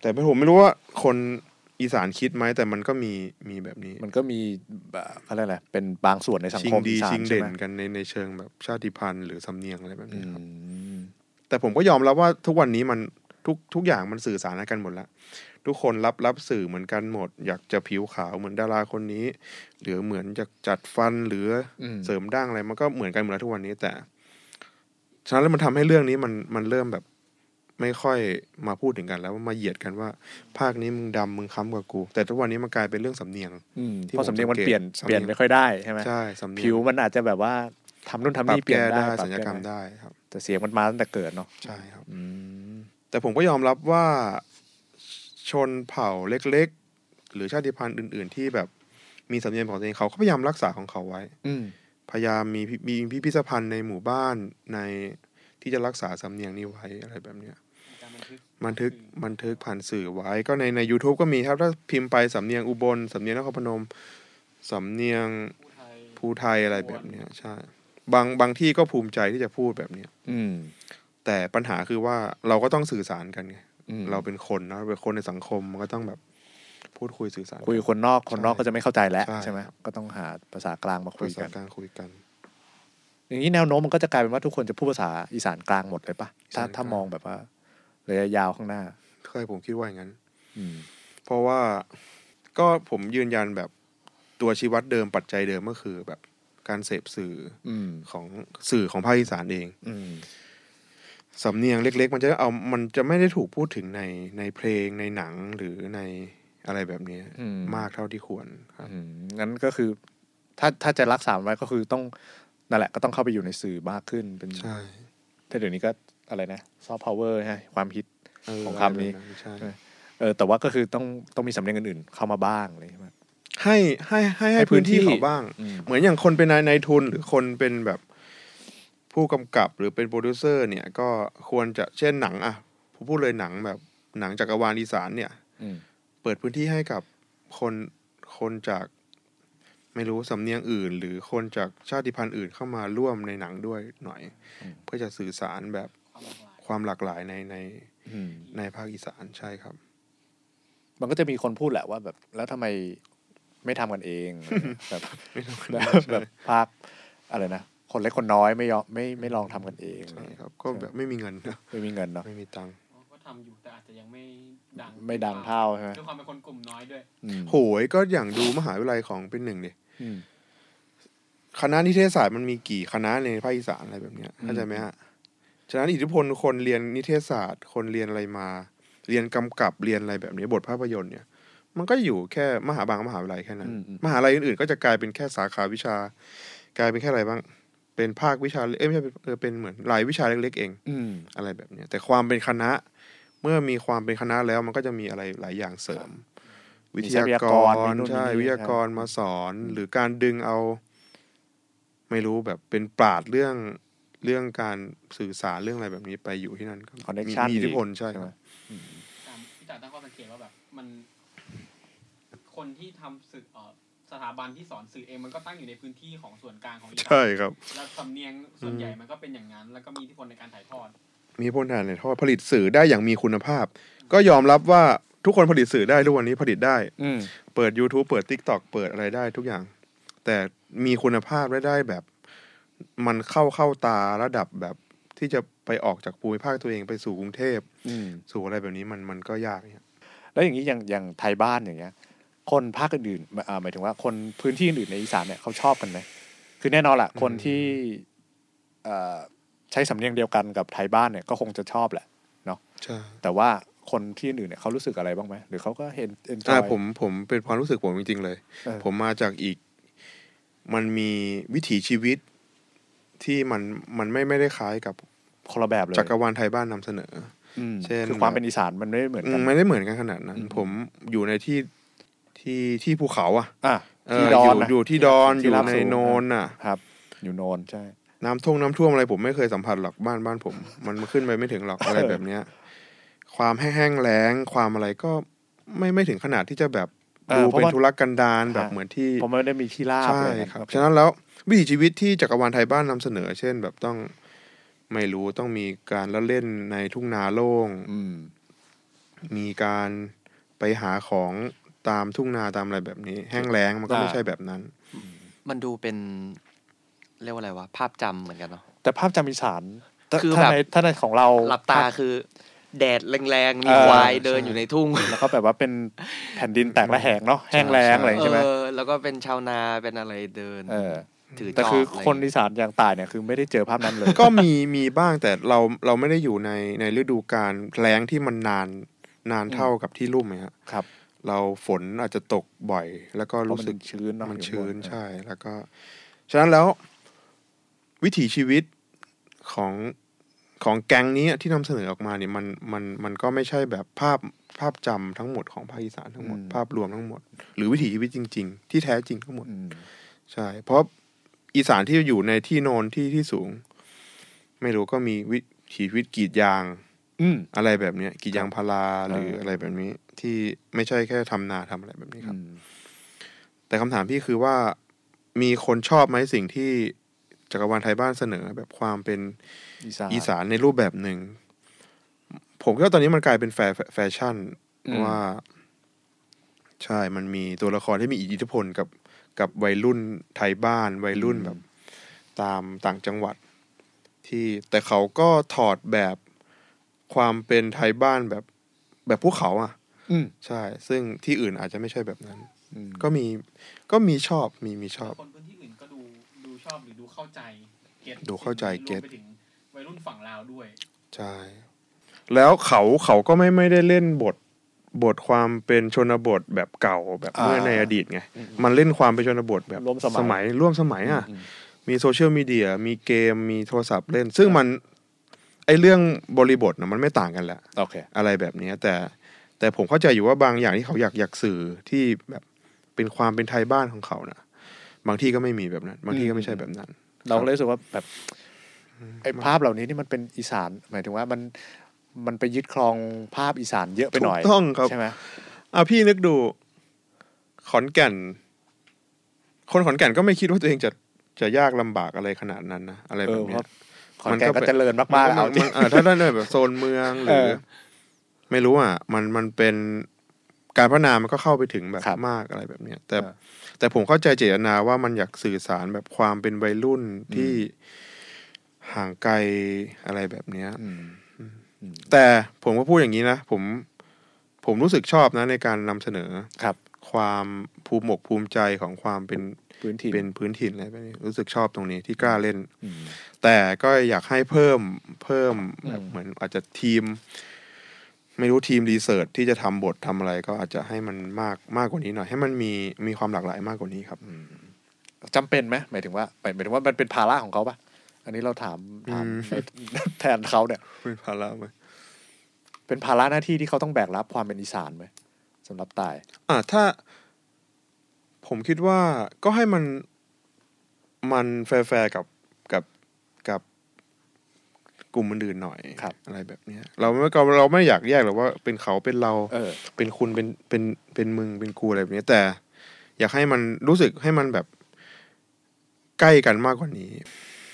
Speaker 5: แต่ผมไม่รู้ว่าคนอีสานคิดไหมแต่มันก็มีมีแบบนี้
Speaker 3: มันก็มีแบบเขาเรียกอะไรเป็นบางส่วนในสัง
Speaker 5: ชิง
Speaker 3: คม
Speaker 5: ดี
Speaker 3: อีสา
Speaker 5: ชิ
Speaker 3: น
Speaker 5: ง
Speaker 3: ใช่
Speaker 5: เด่
Speaker 3: ไห
Speaker 5: น
Speaker 3: ม
Speaker 5: กันในในเชิงแบบชาติพันธุ์หรือสำเนียงอะไรแบบ
Speaker 3: อื
Speaker 5: นี้ครับ
Speaker 3: ม
Speaker 5: แต่ผมก็ยอมรับว่าทุกวันนี้มันทุกทุกอย่างมันสื่อสารกันหมดแล้วทุกคนรับรับสื่อเหมือนกันหมด อยากจะผิวขาวเหมือนดาราคนนี้ หรือเหมือนจะจัดฟันหรือ
Speaker 3: อืม
Speaker 5: เสริมดั้งอะไรมันก็เหมือนกันหมดแล้วทุกวันนี้แต่ฉะนั้นแล้วมันทำให้เรื่องนี้มันมันเริ่มแบบไม่ค่อยมาพูดถึงกันแล้วมาเหยียดกันว่า ภาคนี้มึงดำมึงค้ำกว่ากู แต่ทุกวันนี้มันกลายเป็นเรื่องสำเนียง
Speaker 3: อืม
Speaker 5: ที่
Speaker 3: เพราะสำเนียงมั
Speaker 5: ผ
Speaker 3: น
Speaker 5: มสังเกต
Speaker 3: เปลี่ยน
Speaker 5: สำเนียง
Speaker 3: เปลี่ยนไม่ค่อยได้ใช่ไหม
Speaker 5: ใช่สำเนียง
Speaker 3: ผิวมันอาจจะแบบว่าทำนู่นทำ
Speaker 5: ปรับ
Speaker 3: นี่เปลี่ยน
Speaker 5: แก้
Speaker 3: ได้
Speaker 5: ได้
Speaker 3: ปรับ
Speaker 5: สัญญ
Speaker 3: แก้
Speaker 5: กรรม
Speaker 3: ได้
Speaker 5: ได้ครับ
Speaker 3: แต่เสียงมันมาตั้งแต่เกิดเนาะ
Speaker 5: ใช่ครับ
Speaker 3: อืม
Speaker 5: แต่ผมก็ยอมรับว่า ชนเผ่าเล็กๆ หรือชาติพันธุ์อื่น ๆ ที่แบบมีสำเนียงของตัวเองเขาก็พยายามรักษาของเขาไว้
Speaker 3: อืม
Speaker 5: พยายามมีพิมีพิพิธภัณฑ์ในหมู่บ้านในที่จะรักษาสำเนียงนี้ไว้อะไรแบบเนี้ย
Speaker 1: การบันทึ
Speaker 5: บันทึ
Speaker 1: ก
Speaker 5: กบันทึกผ่านสื่อไว้ก็ในใน u t u b e ก็มีครับถ้าพิมพ์ไปสำเนียงอุบลสำเนียงนครพนมสำเนียง
Speaker 1: ผู้
Speaker 5: ภู
Speaker 1: ไทย
Speaker 5: ไทยอะไรแบบเนี้ยใช่ บางบางที่ก็ภูมิใจที่จะพูดแบบเนี้ย
Speaker 3: อืม
Speaker 5: แต่ปัญหาคือว่าเราก็ต้องสื่อสารกันไง
Speaker 3: อืม
Speaker 5: เราเป็นคนนะเราเป็นคนในสังคมมันก็ต้องแบบพูดคุยสื่อสาร
Speaker 3: คุยกับคนนอกคนนอก
Speaker 5: ใช่
Speaker 3: ก็จะไม่เข้าใจแล้ว
Speaker 5: ใช่
Speaker 3: ใช่ไหมก็ต้องหาภาษากลางมาคุ
Speaker 5: ภาย ษา
Speaker 3: กัน
Speaker 5: กลางคุยกัน
Speaker 3: อย่างนี้แนวโน้มมันก็จะกลายเป็นว่าทุกคนจะพูดภาษาอีสานกลางหมดเลยปะ
Speaker 5: อี
Speaker 3: ถ้า
Speaker 5: สานกลาง
Speaker 3: ถ้ามองแบบว่าระยะยาวข้างหน้า
Speaker 5: เคยผมคิดว่าอย่างนั้น
Speaker 3: อืม
Speaker 5: เพราะว่าก็ผมยืนยันแบบตัวชีวัดเดิมปัจจัยเดิมก็คือ แบบการเสพสื่อ
Speaker 3: อืม
Speaker 5: ของสื่อของภาคอีสานเอง
Speaker 3: อืม
Speaker 5: สำเนียงเล็ก ๆ มันจะเอา มันจะไม่ได้ถูกพูดถึงในในเพลงในหนังหรือในอะไรแบบเนี้ย
Speaker 3: อืม
Speaker 5: มากเท่าที่ควรครับ
Speaker 3: อืมงั้นก็คือ ถ้าถ้าจะรักษามันไว้ก็คือต้องนั่นแหละก็ต้องเข้าไปอยู่ในสื่อมากขึ้นเป็น
Speaker 5: ใช่
Speaker 3: ถ้าเดี๋ยวนี้ก็อะไรนะซอฟต์พาวเวอร์ฮะความฮิต
Speaker 5: เะไร
Speaker 3: ของคำนี้
Speaker 5: แบบใช่
Speaker 3: เออแต่ว่าก็คือต้องต้องมีสำเนียงอื่นๆเข้ามาบ้างอะไรอย่างเลยใช่ไหม
Speaker 5: ให้ให้ให้
Speaker 3: ให้
Speaker 5: ให้
Speaker 3: พื้
Speaker 5: พื้
Speaker 3: น
Speaker 5: น
Speaker 3: ที่
Speaker 5: ที่เขาบ้าง
Speaker 3: อืม
Speaker 5: เหมือนอย่างคนเป็นนายนายทุนหรือคนเป็นแบบผู้กำกับหรือเป็นโปรดิวเซอร์เนี่ย ก็ควรจะเช่นหนังอ่ะผมพูดเลยหนังแบบหนังจักรวาลอีสานเนี่ย
Speaker 3: อืม
Speaker 5: เปิดพื้นที่ให้กับคนคนจากไม่รู้สำเนียงอื่น หรือคนจากชาติพันธุ์อื่นเข้ามาร่วมในหนังด้วยหน่อย เพื่อจะสื่อสารแบบ
Speaker 1: ความหลากหลาย
Speaker 5: ความหลากหลายในใน
Speaker 3: อืม
Speaker 5: ในภาคอีสานใช่ครับ
Speaker 3: มันก็จะมีคนพูดแหละว่าแบบ แล้วทำไมไม่ทำกันเอง แบบแบบแบบภาคอะไรนะคนเล็กคนน้อยไม่ยอมไม่ไม่ลองทำกันเอง
Speaker 5: ใช่ครับ ก็แบบไม่มีเงินนะ
Speaker 3: ไม่มีเงินเนาะ
Speaker 5: ไม่มีตังค์
Speaker 1: ก็ทำอยู่แต่อาจจะยังไม่ดัง
Speaker 3: ไม่ดังเท่าใช่ไหม
Speaker 1: ด้วยความเป็นคนกลุ่มน้อยด้วย
Speaker 3: อืม
Speaker 5: โหยก็อย่างดูมหาวิทยาลัยของเป็นหนึ่งดิ
Speaker 3: อืม
Speaker 5: คณะนิเทศศาสตร์มันมีกี่คณะในภาคอีสานอะไรแบบเนี้ย
Speaker 3: อืม
Speaker 5: เข้าใจไหมฮะฉะนั้นอิทธิพลคนเรียนนิเทศศาสตร์ คนเรียนอะไรมา เรียนกำกับเรียนอะไรแบบนี้บทภาพยนตร์เนี่ย มันก็อยู่แค่มหาบางมหาวิทยาลัยแค่นั้น
Speaker 3: อืมอืม
Speaker 5: มหาลัยอื่นๆ ก็จะกลายเป็นแค่สาขาวิชา กลายเป็นแค่อะไรบ้าง เป็นภาควิชาเอ้ยไม่ใช่เป็นเออเป็นเหมือนรายวิชาเล็กๆเอง
Speaker 3: อืม
Speaker 5: อะไรแบบเนี้ยแต่ความเป็นคณะ เมื่อมีความเป็นคณะแล้วมันก็จะมีอะไรหลายอย่างเสริม วิทยากร
Speaker 3: มีทรัพยากรมีนู่น
Speaker 5: ใช่
Speaker 3: มีนี่
Speaker 5: วิทยากรมาสอน
Speaker 3: อืม
Speaker 5: หรือการดึงเอา ไม่รู้แบบเป็นปราดเรื่องเรื่องการสื่อสารเรื่องอะไรแบบนี้ไปอยู่ที่นั่นก็
Speaker 3: คอนเนค
Speaker 5: มี
Speaker 3: ชั่น
Speaker 5: มีอิทธิพลใช่ครั
Speaker 3: ไหม
Speaker 5: บ
Speaker 1: ตามพี่จ๋าตั้งข้อสังเกตว่าแบบมัน คนที่ทำสื่อเอ่อสถาบันที่สอนสื่อเองมันก็ตั้งอยู่ในพื้นที่ของส่วนกลางของอีสา
Speaker 5: ใช่
Speaker 1: น
Speaker 5: ครับ
Speaker 1: แล้วสำเนียงส่วนใหญ่มันก็เป็นอย่างนั้น แล้วก็มีอิทธิพลในการถ่ายทอด
Speaker 5: มีพลทหารในทอดผลิตสื่อได้อย่างมีคุณภาพ ก็ยอมรับว่าทุกคนผลิตสื่อได้ทุกวันนี้ผลิตได้
Speaker 3: อืม
Speaker 5: เปิด YouTube เปิด TikTok เปิดอะไรได้ทุกอย่าง แต่มีคุณภาพและได้แบบ มันเข้าเข้าตาระดับแบบที่จะไปออกจากภูมิภาคตัวเองไปสู่กรุงเทพ
Speaker 3: อืม
Speaker 5: สู่อะไรแบบนี้มันมันก็ยากเนี่ย
Speaker 3: แล้วอย่างนี้อย่างอย่างไทยบ้านอย่างเงี้ย คนภาคอื่นๆหมายอ่าหมายถึงว่าคนพื้นที่อื่นในอีสานเนี่ยเขาชอบกันไหมคือแน่นอนแหละคนที่เอ่อใช้สำเนียงเดียวกันกับไทยบ้านเนี่ยก็คงจะชอบแหละ
Speaker 5: ใช่
Speaker 3: แต่ว่าคนที่อื่นเนี่ยเขารู้สึกอะไรบ้างไหมหรือเขาก็เห็นเอ็นจ
Speaker 5: อ่า
Speaker 3: อย
Speaker 5: ผมผมเป็นความรู้สึกผมจริง ๆ เลย
Speaker 3: เออ
Speaker 5: ผมมาจากอีก มันมีวิถีชีวิตที่มันมันไม่ไม่ได้คล้ายกับ
Speaker 3: คนละแบบเลย
Speaker 5: จักรวาลไทยบ้านนำเสนอ
Speaker 3: อืม
Speaker 5: เช่น
Speaker 3: คือความเป็นอีสานมันไม่เหมือน
Speaker 5: อื
Speaker 3: กั
Speaker 5: ม
Speaker 3: น
Speaker 5: ไม่ได้เหมือนกันขนาดนั้น
Speaker 3: อืม
Speaker 5: ผมอยู่ในที่ที่ที่ภูเขาอะ
Speaker 3: อ่ะ
Speaker 5: เอ
Speaker 3: ที่
Speaker 5: อ
Speaker 3: ดอ
Speaker 5: อน ยู่
Speaker 3: นะ
Speaker 5: อยู่ที่ดอนอ
Speaker 3: ที่
Speaker 5: ยู่
Speaker 3: ราบ
Speaker 5: ใน
Speaker 3: สูง
Speaker 5: โนนน่ะ
Speaker 3: ครับ อยู่โนนใช่
Speaker 5: น้ำท่วงน้ำท่วมอะไรผมไม่เคยสัมผัสหรอกบ้านบ้านผม มันขึ้นไปไม่ถึงหรอกอะไร
Speaker 3: เออ
Speaker 5: แบบเนี้ย ความแห้งๆแล้งความอะไรก็ไม่ไม่ถึงขนาดที่จะแบบ
Speaker 3: อ
Speaker 5: ดู
Speaker 3: อ
Speaker 5: เป็น
Speaker 3: พราะว่า
Speaker 5: ธุรกันดารแบบ
Speaker 3: ฮะ
Speaker 5: เหมือนที่
Speaker 3: ผมไม่ได้มีที่ราบ
Speaker 5: ใช่
Speaker 3: เลยนะครับ
Speaker 5: ฉะนั้นแล้ววิถีชีวิตที่จักรวาลไทยบ้านนำเสนอ เช่น แบบต้องไม่รู้ต้องมีการละเล่นในทุ่งนาโล่ง
Speaker 3: อืม
Speaker 5: มีการไปหาของตามทุ่งนาตามอะไรแบบนี้ แห้งแล้งมันก็ไม่
Speaker 3: อ่า
Speaker 5: ใช่แบบนั้น
Speaker 4: มันดูเป็น เรียกว่าอะไรวะ ภาพจำเหมือนกันเนาะ
Speaker 3: แต่ภาพจำอีสานถ้า
Speaker 4: คือ
Speaker 3: ถ้า
Speaker 4: แบบ
Speaker 3: ในถ้าในของเรา
Speaker 4: หลับตาคือ แดดแรงๆ มี
Speaker 3: เออ
Speaker 4: ควายเดินอยู่ในทุ่ง
Speaker 3: แล้วก็แบบว่าเป็นแผ่นดินแตกระแหงเนาะแห้งแล้งอะไรอย่าง
Speaker 4: เอ
Speaker 3: งี้ใช่ไหม
Speaker 4: อ แล้วก็เป็นชาวนาเป็นอะไรเดิน
Speaker 3: เออ
Speaker 4: ถือจอบ
Speaker 3: แต่คือ
Speaker 4: อะไร
Speaker 3: คนอีสานอย่างตายเนี่ยคือไม่ได้เจอภาพนั้นเลย
Speaker 5: ก็มี มีบ้างแต่เราเราไม่ได้อยู่ในในฤดูการแล้งที่มันนานนานเท่ากับที่ลุ่มนะฮะ
Speaker 3: ครับ
Speaker 5: เราฝนอาจจะตกบ่อย แล้วก็
Speaker 3: เพราะ
Speaker 5: รู้
Speaker 3: มั
Speaker 5: สึก
Speaker 3: นชื้นเนาะ
Speaker 5: มัน
Speaker 3: อยู่
Speaker 5: ชื้น
Speaker 3: บ
Speaker 5: ใช่แล้วก็ ฉะนั้นแล้ววิถีชีวิตของ ของแก๊งนี้ที่นำเสนอออกมาเนี่ยมันมันมันก็ไม่ใช่แบบภาพภาพจำทั้งหมดของภาคอีสานทั้งหมด
Speaker 3: อืม
Speaker 5: ภาพรวมทั้งหมด หรือวิถีชีวิตจริง ๆ ที่แท้จริงทั้งหมด
Speaker 3: อืม
Speaker 5: ใช่ เพราะอีสานที่อยู่ในที่โนนที่ที่สูง ไม่รู้ก็มีวิถีชีวิตกรีดยาง
Speaker 3: อืม
Speaker 5: อะไรแบบเนี้ยกรีดยางพาราหรือ
Speaker 3: เอออ
Speaker 5: อะไรแบบนี้ ที่ไม่ใช่แค่ทำนาทำอะไรแบบนี้ครับ
Speaker 3: อืม
Speaker 5: แต่คำถามพี่คือว่ามีคนชอบไหมสิ่งที่จักรวาลไทยบ้านเสนอแบบความเป็น
Speaker 3: อีสาน
Speaker 5: อีสานในรูปแบบหนึ่ง ผมคิดว่าตอนนี้มันกลายเป็นแฟแฟแฟชั่น
Speaker 3: อืม
Speaker 5: ว่า ใช่มันมีตัวละครที่มีอิทธิพลกับกับวัยรุ่นไทยบ้านวัยรุ่นแบบ ตามต่างจังหวัด ที่แต่เขาก็ถอดแบบความเป็นไทยบ้านแบบแบบภูเขาอ่ะ
Speaker 3: อืม
Speaker 5: ใช่ ซึ่งที่อื่นอาจจะไม่ใช่แบบนั้น
Speaker 3: อืม
Speaker 5: ก็มีก็มีชอบมีมีชอบ
Speaker 1: คนพื้นที่อื่นก็ดูดูชอบหรือดูเข้าใจเก็ต
Speaker 5: ดูเข้าใจเก็ต
Speaker 1: รวมไปถึงวัยรุ่นฝั่งลาวด้วย
Speaker 5: ใช่ แล้วเขาเขาก็ไม่ไม่ได้เล่นบทบทความเป็นชนบทแบบเก่าแบบเมื่อในอดีตไง มันเล่นความเป็นชนบทแบบ
Speaker 3: ร่วมสมัย
Speaker 5: สมัยร่วมสมัยอ่ะ
Speaker 3: ม
Speaker 5: มีโซเชียลมีเดีย มีเกมมีโทรศัพท์เล่น ซึ่งมันไอเรื่องบริบทนะมันไม่ต่างกันแหละ
Speaker 3: โอเค
Speaker 5: อะไรแบบเนี้ยแต่แต่ผมเข้าใจอยู่ว่าบางอย่างที่เขาอยากอยากสื่อที่แบบเป็นความเป็นไทยบ้านของเขานะบางที่ก็ไม่มีแบบนั้น บางที่ก็ไม่ใช่แบบนั้น
Speaker 3: เราก็เลยรู้สึกว่าแบบไอ้ภาพเหล่านี้นี่มันเป็นอีสาน หมายถึงว่ามันมันไปยึดครองภาพอีสานเยอะไปหน่อย
Speaker 5: ถูกต้องครับ
Speaker 3: ใช่ไหม
Speaker 5: อ่ะพี่นึกดู ขอนแก่น คนขอนแก่นก็ไม่คิดว่าตัวเองจะจะยากลำบากอะไรขนาดนั้นนะอะไร
Speaker 3: เอ
Speaker 5: แบ
Speaker 3: อบ เพ
Speaker 5: เนี้
Speaker 3: ราะ
Speaker 5: ย
Speaker 3: ขอน
Speaker 5: มัน
Speaker 3: แก่
Speaker 5: ก็
Speaker 3: นก็
Speaker 5: เป็น
Speaker 3: เจริญมากๆ
Speaker 5: มั
Speaker 3: เอา
Speaker 5: น
Speaker 3: จริ
Speaker 5: มัน
Speaker 3: ง
Speaker 5: เออถ้าได้แบบโซนเมืองหรือ
Speaker 3: เออ
Speaker 5: ไม่รู้อ่ะ มันมันเป็นการพัฒนามันก็เข้าไปถึงแบบ
Speaker 3: ครับ
Speaker 5: มากอะไรแบบเนี้ย แต่
Speaker 3: เออ
Speaker 5: แต่ผมเข้าใจเจตนาว่ามันอยากสื่อสารแบบความเป็นวัยรุ่นที่ห่างไกลอะไรแบบเนี้ย
Speaker 3: อืม
Speaker 5: แต่ผมก็พูดอย่างนี้นะผมผมรู้สึกชอบนะในการนำเสนอ
Speaker 3: ครับ
Speaker 5: ความภูมิอกภูมิใจของความเป็น
Speaker 3: พื้นที่
Speaker 5: เป็นพื้นถิ่นอะไรแบบนี้รู้สึกชอบตรงนี้ที่กล้าเล่น
Speaker 3: อืม
Speaker 5: แต่ก็อยากให้เพิ่มเพิ่ม
Speaker 3: อืม
Speaker 5: แบบเหมือนอาจจะทีม ไม่รู้ทีมรีเสิร์ชที่จะทำบททำอะไร ก็อาจจะให้มันมากมากกว่านี้หน่อย ให้มันมีมีความหลากหลายมากกว่านี้ครับ
Speaker 3: จำเป็นไหมหมายถึงว่าหมายถึงว่ามันเป็นภาระของเขาปะอันนี้เราถามถาม
Speaker 5: อืม
Speaker 3: ใน แทนเขาเนี่ย
Speaker 5: เป็นภาระไหม
Speaker 3: เป็นภาระหน้าที่ที่เขาต้องแบกรับความเป็นอีสานไหมสำหรับตาย
Speaker 5: อ่ะถ้า ผมคิดว่าก็ให้มันมันแฟร์ๆกับกับกับกลุ่มอื่นๆหน่อย
Speaker 3: ครับ
Speaker 5: อะไรแบบเนี้ย เราไม่เราเราไม่อยากแยกหรอกว่าเป็นเขาเป็นเรา
Speaker 3: เออ
Speaker 5: เป็นคุณเป็นเป็นเป็นมึงเป็นกูอะไรแบบนี้แต่ อยากให้มันรู้สึกให้มันแบบใกล้กันมากกว่านี้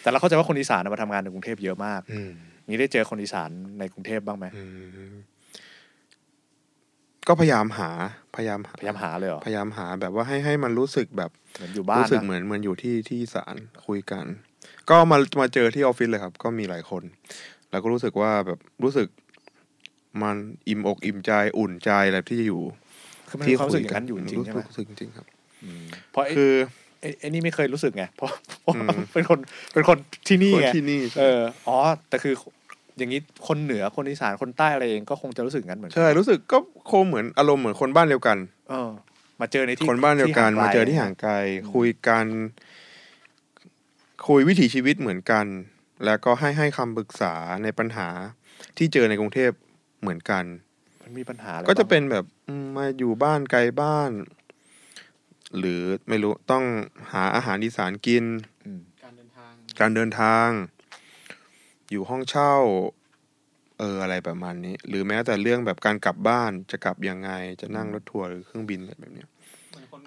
Speaker 3: แต่เราเข้าใจว่าคนอีสานนะมาทำงานในกรุงเทพเยอะมาก
Speaker 5: อืม
Speaker 3: นี่ได้เจอคนอีสานในกรุงเทพบ้างไหม
Speaker 5: อืมก็พยายามหาพยายามหา
Speaker 3: พยายามหาเลยเหรอ
Speaker 5: พยายามหาแบบว่าให้ให้มันรู้สึกแบบ
Speaker 3: เหมือนอยู่บ้าน
Speaker 5: รู้สึก
Speaker 3: นะ
Speaker 5: เหมือนเหมือนอยู่ที่ที่อีสารคุยกัน ก็มามาเจอที่ออฟฟิศเลยครับ ก็มีหลายคน แล้วก็รู้สึกว่าแบบรู้สึกมันอิ่มอกอิ่มใจอุ่นใจอะไรที่จะอยู่
Speaker 3: คือมัน
Speaker 5: ที่
Speaker 3: มีความรู้สึกอ
Speaker 5: คุ
Speaker 3: ย่างนั้นอยู่จริงใช่ไหม
Speaker 5: รู้สึกจริงๆครับ
Speaker 3: อืมเพราะไอ้
Speaker 5: คือ
Speaker 3: ไอ้ไอ้นี่ไม่เคยรู้สึกไง เพราะเพราะ
Speaker 5: อืม
Speaker 3: เป็นคนเป็นคนที่นี่
Speaker 5: คน
Speaker 3: ไง
Speaker 5: ที่นี่ใช่
Speaker 3: เอออ๋อแต่คืออย่างนี้คนเหนือคนอีสานคนใต้อะไรเองก็คงจะรู้สึกงั้นเหมือนกัน
Speaker 5: ใช่รู้สึกก็คงเหมือนอารมณ์เหมือนคนบ้านเดียวกัน
Speaker 3: เออ มาเจอในที่
Speaker 5: คนบ้านเดียวกัน
Speaker 3: ไกล
Speaker 5: มาเจอที่ห่างไกล คุยกัน คุยวิถีชีวิตเหมือนกัน แล้วก็ให้ให้คำปรึกษาในปัญหาที่เจอในกรุงเทพเหมือนกัน
Speaker 3: มันมีปัญหาอไร
Speaker 5: ก็จะ
Speaker 3: บ้าง
Speaker 5: เป็นแบบอืมมาอยู่บ้านไกลบ้าน หรือไม่รู้ต้องหาอาหารอีสานกิน
Speaker 3: อืม
Speaker 1: การเดินทาง
Speaker 5: การเดินทาง อยู่ห้องเช่า เอออะไรประมาณนี้ หรือแม้แต่เรื่องแบบการกลับบ้านจะกลับยังไง จะนั่งรถทัวร์หรือเครื่องบินอะไรแบบเนี้ย
Speaker 1: เหมือนคน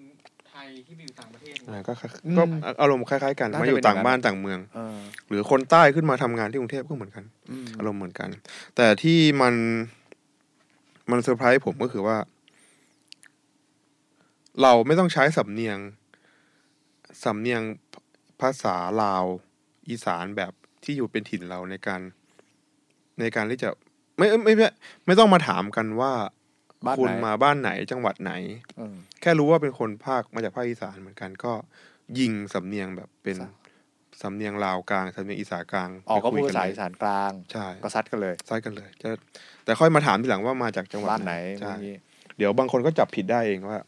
Speaker 1: ไทยที่ไปอยู่ต่างประเทศนะ
Speaker 5: อ่าก็คล้าย
Speaker 3: อืม
Speaker 5: ก็อารมณ์คล้ายๆกัน
Speaker 3: น่าจะ
Speaker 5: มาอยู่
Speaker 3: เป็นอย่างนั้
Speaker 5: ต่าง
Speaker 3: น
Speaker 5: บ้านต่างเมือง
Speaker 3: เออ
Speaker 5: หรือคนใต้ขึ้นมาทำงานที่กรุงเทพก็เหมือนกัน
Speaker 3: อืม
Speaker 5: อารมณ์เหมือนกัน แต่ที่มันมันเซอร์ไพรส์ผมก็คือว่า เราไม่ต้องใช้สำเนียง สำเนียงภาษาลาวอีสานแบบที่อยู่เป็นถิ่นเราในการ ในการที่จะ ไม่ไม่ไม่ไม่ต้องมาถามกันว่า
Speaker 3: บ้านไหน
Speaker 5: คุณมาบ้านไหนจังหวัดไหน
Speaker 3: เออ
Speaker 5: แค่รู้ว่าเป็นคนภาคมาจากภาคอีสานเหมือนกัน ก็ยิงสำเนียงแบบเป็น
Speaker 3: สะ
Speaker 5: สำเนียงลาวกลางสำเนียงอีสานกลาง
Speaker 3: ออกก็
Speaker 5: ไป
Speaker 3: พูด
Speaker 5: คุย
Speaker 3: ภาษาอีสานกลาง
Speaker 5: ใช่
Speaker 3: ก็ซัดกันเลย
Speaker 5: ซ้ายกันเลยจะแต่ค่อยมาถามทีหลังว่ามาจากจังหวัด
Speaker 3: บ้านไหน
Speaker 5: ใช่
Speaker 3: อย่างงี้
Speaker 5: เดี๋ยวบางคนก็จับผิดได้เองว่า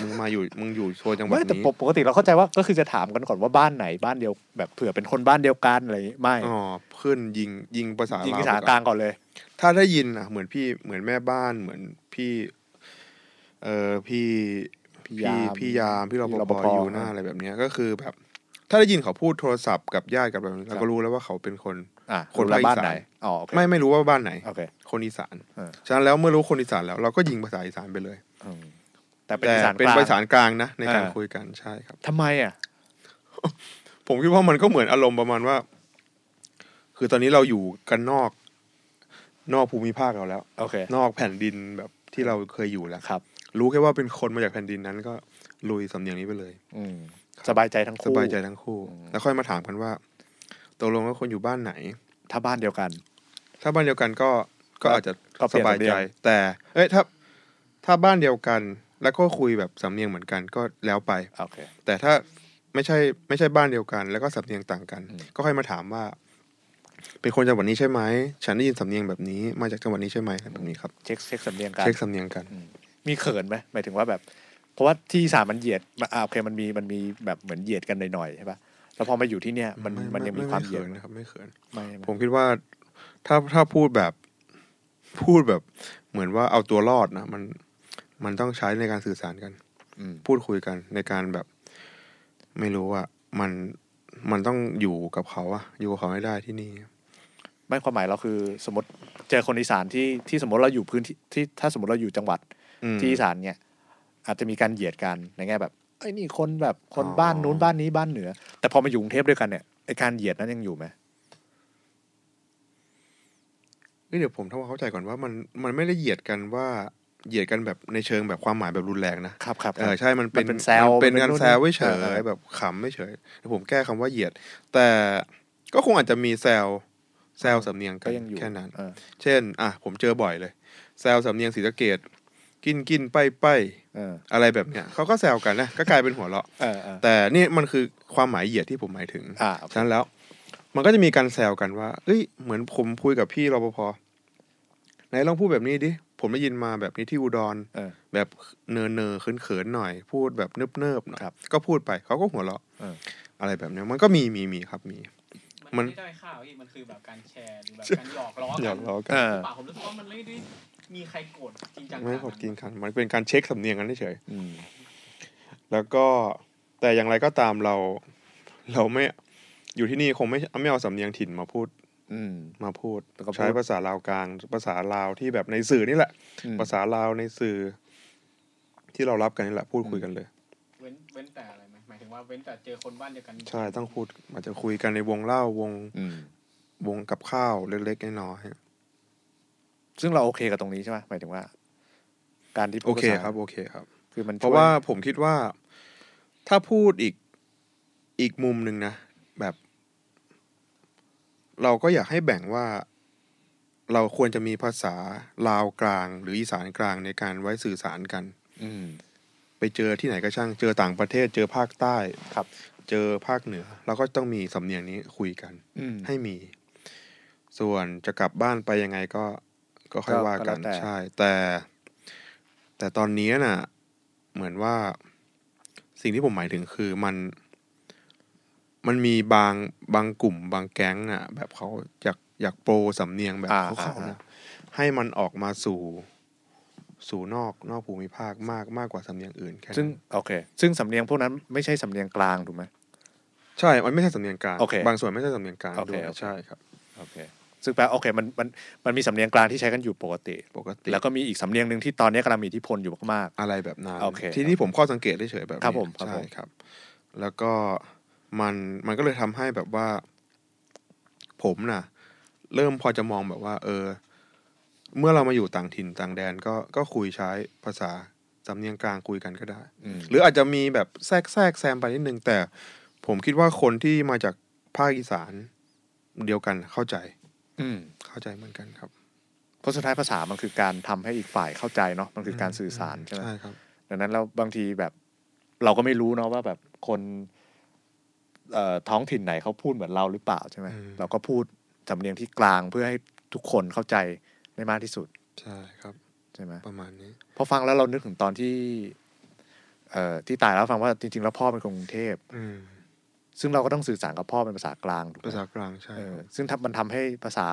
Speaker 5: มึงมาอยู่มึงอยู่โซนจังหวัด
Speaker 3: ไม่แต่
Speaker 5: นี้
Speaker 3: ปกปกติเราเข้าใจว่าก็คือจะถามกันก่อนว่าบ้านไหนบ้านเดียวแบบเผื่อเป็นคนบ้านเดียวกันอะไรอย่างงี้ไม่
Speaker 5: อ๋อขึ้นยิงยิงภาษา
Speaker 3: ยิง
Speaker 5: ลาว
Speaker 3: ภาษา
Speaker 5: ไปก่อ
Speaker 3: กลาน งก่อนเลย
Speaker 5: ถ้าได้ยินอ่ะ เหมือนพี่เหมือนแม่บ้านเหมือนพี่ เอ่อพี่
Speaker 3: พี่
Speaker 5: พี่พี่ยามพี่รปภ
Speaker 3: พี่
Speaker 5: อยู่หน้าอะไรแบบเนี้ยก็คือแบบ ถ้าได้ยินเขาพูดโทรศัพท์กับญาติกับอะไร
Speaker 3: ครั
Speaker 5: เรา
Speaker 3: บ
Speaker 5: ก็รู้แล้วว่าเขาเป็นคน
Speaker 3: อ่ะ
Speaker 5: ค
Speaker 3: คน น
Speaker 5: ภาค
Speaker 3: ละ
Speaker 5: อีสาน
Speaker 3: บ้านไหนอ๋อโอเค
Speaker 5: ไม่ไม่รู้ว่าบ้านไหน
Speaker 3: โอเค
Speaker 5: คนอีสาน
Speaker 3: เออ
Speaker 5: ฉะนั้นแล้วเมื่อรู้คนอีสานแล้ว เราก็ยิงภาษาอีสานไปเลย
Speaker 3: อืมแต่เป็น
Speaker 5: แต่
Speaker 3: ภาษา
Speaker 5: เป็น
Speaker 3: กลาง
Speaker 5: ภาษากลางนะ ในการ
Speaker 3: เออ
Speaker 5: คุยกันใช่ครับ
Speaker 3: ทำไมอ่ะ
Speaker 5: ผมคิดว่ามันก็เหมือนอารมณ์ประมาณว่า คือตอนนี้เราอยู่กันนอก นอกภูมิภาคเราแล้ว
Speaker 3: โอเคน
Speaker 5: อกแผ่นดินแบบที่เราเคยอยู่แล้ว
Speaker 3: ครับ
Speaker 5: รู้แค่ว่าเป็นคนมาจากแผ่นดินนั้นก็ลุยสำเนียงนี้ไปเลย
Speaker 3: อืม
Speaker 5: ครับ
Speaker 3: สบายใจทั้ง
Speaker 5: ส
Speaker 3: คู่
Speaker 5: บายใจทั้งคู่
Speaker 3: อืม
Speaker 5: แล้วค่อยมาถามกันว่าตกลงว่าคนอยู่บ้านไหน
Speaker 3: ถ้าบ้านเดียวกัน
Speaker 5: ถ้าบ้านเดียวกันก็ก็อาจจะ
Speaker 3: ก็
Speaker 5: ส
Speaker 3: เปลี่ยน
Speaker 5: บาย
Speaker 3: สำเนี
Speaker 5: ใจ
Speaker 3: ยง
Speaker 5: แต่ เอ้ยถ้าถ้าบ้านเดียวกัน แล้วก็คุยแบบสำเนียงเหมือนกันก็แล้วไป
Speaker 3: โอเค
Speaker 5: แต่ถ้าไม่ใช่ไม่ใช่บ้านเดียวกัน แล้วก็สำเนียงต่างกัน
Speaker 3: อืม
Speaker 5: ก็ค่อยมาถามว่า เป็นคนจังหวัดนี้ใช่ไหมฉันได้ยินสำเนียงแบบนี้มาจากจังหวัดนี้ใช่ไหมอะไรแบบนี้ครับ
Speaker 3: เช็คเช็คสำเนียงกัน
Speaker 5: เช็คสำเนียงกัน
Speaker 3: มีเขินไหมหมายถึงว่าแบบ เพราะว่าที่อีสานมันเหยียดมาอ่าโอเคมันมีมันมีแบบเหมือนเหยียดกันหน่อยๆใช่ปะแล้วพอมาอยู่ที่เนี่ยมัน
Speaker 5: ไ
Speaker 3: มันยังมี
Speaker 5: ไ
Speaker 3: ความเหยี
Speaker 5: เขิ
Speaker 3: ยด
Speaker 5: น
Speaker 3: ไหม
Speaker 5: นะครับไม่เขิน
Speaker 3: ไม่ไหม
Speaker 5: ผมคิดว่าถ้าถ้าพูดแบบพูดแบบ เหมือนว่าเอาตัวรอดนะมันมันต้องใช้ในการสื่อสารกัน
Speaker 3: อืม
Speaker 5: พูดคุยกันในการแบบ ไม่รู้ว่ามันมันต้องอยู่กับเขาอะอยู่กับเขาให้ได้ที่นี่
Speaker 3: ไม่ความหมายเราคือ สมมติเจอคนอีสานที่ที่สมมติเราอยู่พื้นที่ที่ถ้าสมมติเราอยู่จังหวัด
Speaker 5: อืม
Speaker 3: ที่อีสานเนี่ย อาจจะมีการเหยียดกันในแง่แบบไอ้ยนี่คนแบบคน
Speaker 5: อ๋อ
Speaker 3: บ้านนู้นบ้านนี้บ้านเหนือ แต่พอมาอยู่กรุงเทพด้วยกันเนี่ยไอการเหยียดนั้นยังอยู่ไหม
Speaker 5: เอ้ยเดี๋ยวผมทำความเข้าใจก่อนว่ามันมันไม่ได้เหยียดกันว่าเหยียดกันแบบในเชิงแบบความหมายแบบรุนแรงนะ
Speaker 3: ครับครับค
Speaker 5: เอ
Speaker 3: รับ
Speaker 5: อใช่มันเป็น
Speaker 3: มันเป็นแซว
Speaker 5: มันเป็น
Speaker 3: มันเป็น
Speaker 5: การ
Speaker 3: นู่น
Speaker 5: แซว
Speaker 3: นี่
Speaker 5: เฉ
Speaker 3: เออย
Speaker 5: ๆแบบขำไม่เฉยแต่ผมแก้คำว่าเหยียด แต่ก็คงอาจจะมีแซวแซว
Speaker 3: เออ
Speaker 5: สำเนียงกั
Speaker 3: ก็
Speaker 5: น
Speaker 3: ยังอยู่
Speaker 5: แค่นั้น
Speaker 3: เออ
Speaker 5: เช่น อ่ะผมเจอบ่อยเลย แซวสำเนียงศรีสะเกดกินกินไปไป
Speaker 3: เออ
Speaker 5: อะไรแบบเนี้ยเขาก็แซวกันนะก็กลายเป็นหัวเราะ
Speaker 3: เออเออ
Speaker 5: แต่นี่มันคือความหมายเหยียดที่ผมหมายถึง
Speaker 3: อ่าโอเค
Speaker 5: ฉะนั้นแล้ว มันก็จะมีการแซวกันว่าเอ้ยเหมือนผมคุยกับพี่รปภไหนลองพูดแบบนี้ดิผมได้ยินมาแบบนี้ที่อุดร
Speaker 3: เออ
Speaker 5: แบบเนอเนอเขินเขินๆหน่อย พูดแบบเนิบเนิบๆหน่อย
Speaker 3: ครับ
Speaker 5: ก็พูดไปเขาก็หัวเราะ
Speaker 3: เออ
Speaker 5: อะไรแบบเนี้ยมันก็มีมีมีครับมี มั
Speaker 1: มัน
Speaker 5: น
Speaker 1: ไม่ได้ข่าวพี่มันคือแบบการแชร์หรือแบบการหยอกล้อ
Speaker 5: อ
Speaker 1: กั
Speaker 5: ยานกล้อกั
Speaker 3: เอน อ
Speaker 1: ป่าผมรู้สึกว่ามันไม่ได้มีใครโกรธจริงจัง
Speaker 5: ไม่ขอบ
Speaker 1: นาด
Speaker 5: กิ
Speaker 1: นั้น
Speaker 5: นคันมันเป็นการเช็คสำเนียงกันเฉย
Speaker 3: อืม
Speaker 5: ๆแล้วก็แต่อย่างไรก็ตามเรา เราไม่อยู่ที่นี่คงไม่ไม่เอาสำเนียงถิ่นมาพูด
Speaker 3: อืม
Speaker 5: มาพูด
Speaker 3: แล้วก็พูด
Speaker 5: ใช้ภาษาลาวกลาง ภาษาลาวที่แบบในสื่อนี่แหละ
Speaker 3: อืม
Speaker 5: ภาษาลาวในสื่อ ที่เรารับกันนี่แหละพูดคุยกันเลย
Speaker 1: เว้นเว้นแต่อะไรไหมหมายถึงว่าเว้นแต่เจอคนบ้านเดียวกัน
Speaker 5: ใช่ต้องพูดอาจจะคุยกันในวงเล่าวง
Speaker 3: อืม
Speaker 5: วงกับข้าวเล็กๆน้อยๆ
Speaker 3: ซึ่งเราโอเคกับตรงนี้ใช่ไหมหมายถึงว่า การที่พูด
Speaker 5: โอเค
Speaker 3: ภาษา
Speaker 5: ครับโอเคครับ
Speaker 3: คือมัน
Speaker 5: เพราะว่าผมคิดว่าถ้าพูดอีกอีกมุมหนึ่งนะแบบ เราก็อยากให้แบ่งว่า เราควรจะมีภาษาลาวกลาง หรืออีสานกลางในการไว้สื่อสารกัน
Speaker 3: อืม
Speaker 5: ไปเจอที่ไหนก็ช่างเจอต่างประเทศ เจอภาคใต้
Speaker 3: ครับ
Speaker 5: เจอภาคเหนือเราก็ต้องมีสำเนียงนี้คุยกัน
Speaker 3: อืม
Speaker 5: ให้มี ส่วนจะกลับบ้านไปยังไงก็ก็ค่อย
Speaker 3: ก็
Speaker 5: ว่ากัน
Speaker 3: ก็แล้วแต่
Speaker 5: ใช่ แต่ แต่ตอนนี้น่ะ เหมือนว่า สิ่งที่ผมหมายถึงคือมัน มันมีบางบางกลุ่ม บางแก๊งน่ะ แบบเขาอยากอยากโปรสำเนียงแบบ
Speaker 3: อ่า
Speaker 5: เขาๆ
Speaker 3: อ่า
Speaker 5: นะให้มันออกมาสู่ สู่นอกนอกภูมิภาคมากมากกว่าสำเนียงอื่นแค่นั้น
Speaker 3: ซึ่งโอเค ซึ่งสำเนียงพวกนั้นไม่ใช่สำเนียงกลางถูกไหม
Speaker 5: ใช่ มันไม่ใช่สำเนียงกลาง
Speaker 3: โอเค
Speaker 5: บางส่วนไม่ใช่สำเนียงกลาง
Speaker 3: โอเค
Speaker 5: ด้วย
Speaker 3: โอเค
Speaker 5: ใช่ครับ
Speaker 3: โอเค ซึ่งแปลโอเคมันมันมันมีสำเนียงกลางที่ใช้กันอยู่ปกติ
Speaker 5: ปกติ
Speaker 3: แล้วก็มีอีกสำเนียงหนึ่งที่ตอนนี้กำลังมีอิทธิพลอยู่มาก
Speaker 5: อะไรแบบนั้น
Speaker 3: โอเค
Speaker 5: ที่นี่ผมข้อสังเกตได้เฉยๆแบบนี้
Speaker 3: ครับผมครับ
Speaker 5: ใช่
Speaker 3: ผม
Speaker 5: ครับ แล้วก็มันมันก็เลยทำให้แบบว่า ผมน่ะ เริ่มพอจะมองแบบว่า เออ เมื่อเรามาอยู่ต่างถิ่นต่างแดนก็ก็คุยใช้ภาษาสำเนียงกลางคุยกันก็ได้
Speaker 3: ๆอืม
Speaker 5: หรืออาจจะมีแบบแทรกแทรกแซมไปนิดนึง แต่ผมคิดว่าคนที่มาจากภาคอีสานเดียวกันเข้าใจ
Speaker 3: อืม
Speaker 5: เข้าใจเหมือนกันครับ
Speaker 3: เพราะสุดท้ายภาษามันคือการทำให้อีกฝ่ายเข้าใจเนาะมันคือการสื่อสารใช่ไหม
Speaker 5: ใช่ครับ
Speaker 3: ดังนั้นเราบางทีแบบเราก็ไม่รู้เนาะว่าแบบคนเอ่อท้องถิ่นไหนเขาพูดเหมือนเราหรือเปล่าใช่ไหม
Speaker 5: อืม
Speaker 3: เราก็พูดสำเนียงที่กลางเพื่อให้ทุกคนเข้าใจได้มากที่สุด
Speaker 5: ใช่ครับ
Speaker 3: ใช่ไหม
Speaker 5: ประมาณนี้
Speaker 3: พอฟังแล้วเรานึกถึงตอนที่ เอ่อที่ตายแล้วฟังว่าจริงๆแล้วพ่อเป็นคนกรุงเทพ
Speaker 5: อืม
Speaker 3: ซึ่งเราก็ต้องสื่อสารกับพ่อเป็นภาษากลางถูกไหม
Speaker 5: ภาษากลางใช่
Speaker 3: เออซึ่งทำมันทำให้ภาษา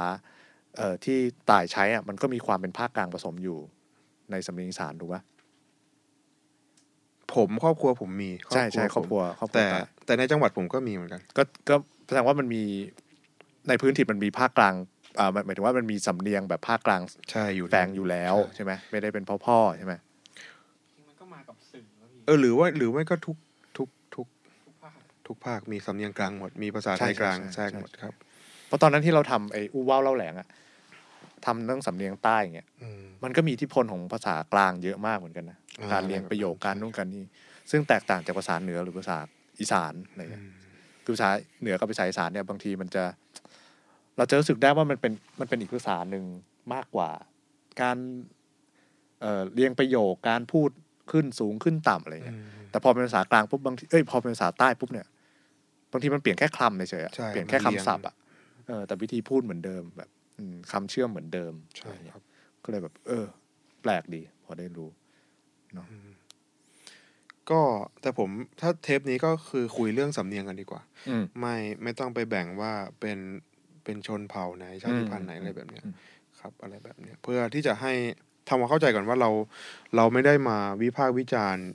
Speaker 3: เอ่อที่ตายใช้อ่ะมันก็มีความเป็นภาคกลางผสมอยู่ในสำเนียงอีสานถูกไหม
Speaker 5: ผมครอบครัวผมมี
Speaker 3: ใช่ใช่ครอบครั
Speaker 5: ผม
Speaker 3: วครอบครัว
Speaker 5: แต่
Speaker 3: ตาย
Speaker 5: แต่ในจังหวัดผมก็มีเหมือนกัน
Speaker 3: ก็ก็แสดงว่ามันมีในพื้นที่นมันมีภาคกลางอ่าหมายหมายถึงว่ามันมีสำเนียงแบบภาคกลาง
Speaker 5: ใช่อยู่
Speaker 3: แฝงอยู่แล้วใช่ไหมไม่ได้เป็นพ่อพ่อใช่ไหม
Speaker 1: มันก็มากับสื่อแล้วพี่
Speaker 5: เออหรือว่าหรือไม่ก็ทุกทุกทุก
Speaker 1: ทุกภาค
Speaker 5: ทุกภาคมีสำเนียงกลางหมดมีภาษาไทยกลางแทรกหมดครับ
Speaker 3: เพราะตอนนั้นที่เราทำไอ้อู้ว้าวเล่าแหลงอ่ะทำเรื่องสำเนียงใต้อย่างเงี้ย
Speaker 5: อืม
Speaker 3: มันก็มีอิทธิพลของภาษากลางเยอะมากเหมือนกันนะ
Speaker 5: อ่า
Speaker 3: การเรียงประโยคการนู่นการนี่ซึ่งแตกต่างจากภาษาเหนือหรือภาษาอีสานอะไรเงี้ยคือภาษาเหนือกับภาษาอีสานเนี่ยบางทีมันจะ เราจะรู้สึกได้ว่ามันเป็นมันเป็นอีกภาษาหนึ่งมากกว่า การเอ่อเรียงประโยคการพูดขึ้นสูงขึ้นต่ำอะไร
Speaker 5: อื
Speaker 3: เงี้ย
Speaker 5: ม
Speaker 3: แต่พอเป็นภาษากลางปุ๊บบางทีเอ้ยพอเป็นภาษาใต้ปุ๊บเนี่ยบางทีมันเปลี่ยนแค่คำเฉยๆอะ
Speaker 5: ใช่
Speaker 3: เปลี่ยนแค่
Speaker 5: มัน
Speaker 3: คำ
Speaker 5: เรียง
Speaker 3: ศัพท์อะเออแต่วิธีพูดเหมือนเดิมแบบอืมคำเชื่อมเหมือนเดิม
Speaker 5: ใช่
Speaker 3: อะไรเงี้ย
Speaker 5: ครับ
Speaker 3: ก็เลยแบบ เออ แปลกดี พอได้รู้
Speaker 5: ก็แต่ผมถ้าเทปนี้ก็คือคุยเรื่องสำเนียงกันดีกว่า
Speaker 3: อืม
Speaker 5: ไม่ไม่ต้องไปแบ่งว่าเป็นเป็นชนเผ่าไหนชาติพันธุ์ไหน
Speaker 3: อืม
Speaker 5: อะไรแบบเนี้ย
Speaker 3: อืม
Speaker 5: ครับ อะไรแบบเนี้ยเพื่อที่จะให้ทำความเข้าใจก่อนว่าเรา เราไม่ได้มาวิพากษ์วิจารณ์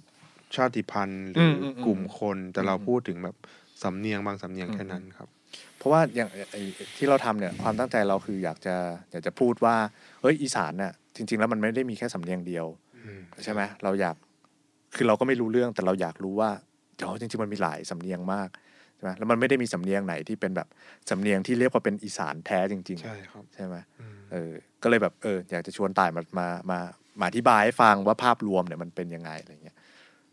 Speaker 5: ชาติพันธุ์หรืออ
Speaker 3: มอืม
Speaker 5: กลุ่มคน แต่เรา
Speaker 3: อืม
Speaker 5: พูดถึงแบบสำเนียงบางสำเนียง
Speaker 3: อืม
Speaker 5: แค่นั้นครับ
Speaker 3: เพราะว่าอย่างไอ้ที่เราทำเนี่ย ความตั้งใจเราคืออยากจะอยากจะพูดว่า เฮ้ย อีสานน่ะ จริง ๆ แล้วมันไม่ได้มีแค่สำเนียงเดียว ใช่ไหมเราอยาก คือเราก็ไม่รู้เรื่อง แต่เราอยากรู้ว่าเดี๋ยวจริง ๆ มันมีหลายสำเนียงมาก ใช่ไหมแล้วมันไม่ได้มีสำเนียงไหนที่เป็นแบบสำเนียงที่เรียกว่าเป็นอีสานแท้จริง
Speaker 5: ใช่ครับ
Speaker 3: ๆ ใช่ไหม
Speaker 5: อืม
Speaker 3: เออ ก็เลยแบบเอออยากจะชวนต่ายมา มา มา มาอธิบายให้ฟังว่าภาพรวมเนี่ยมันเป็นยังไงอะไรเงี้ย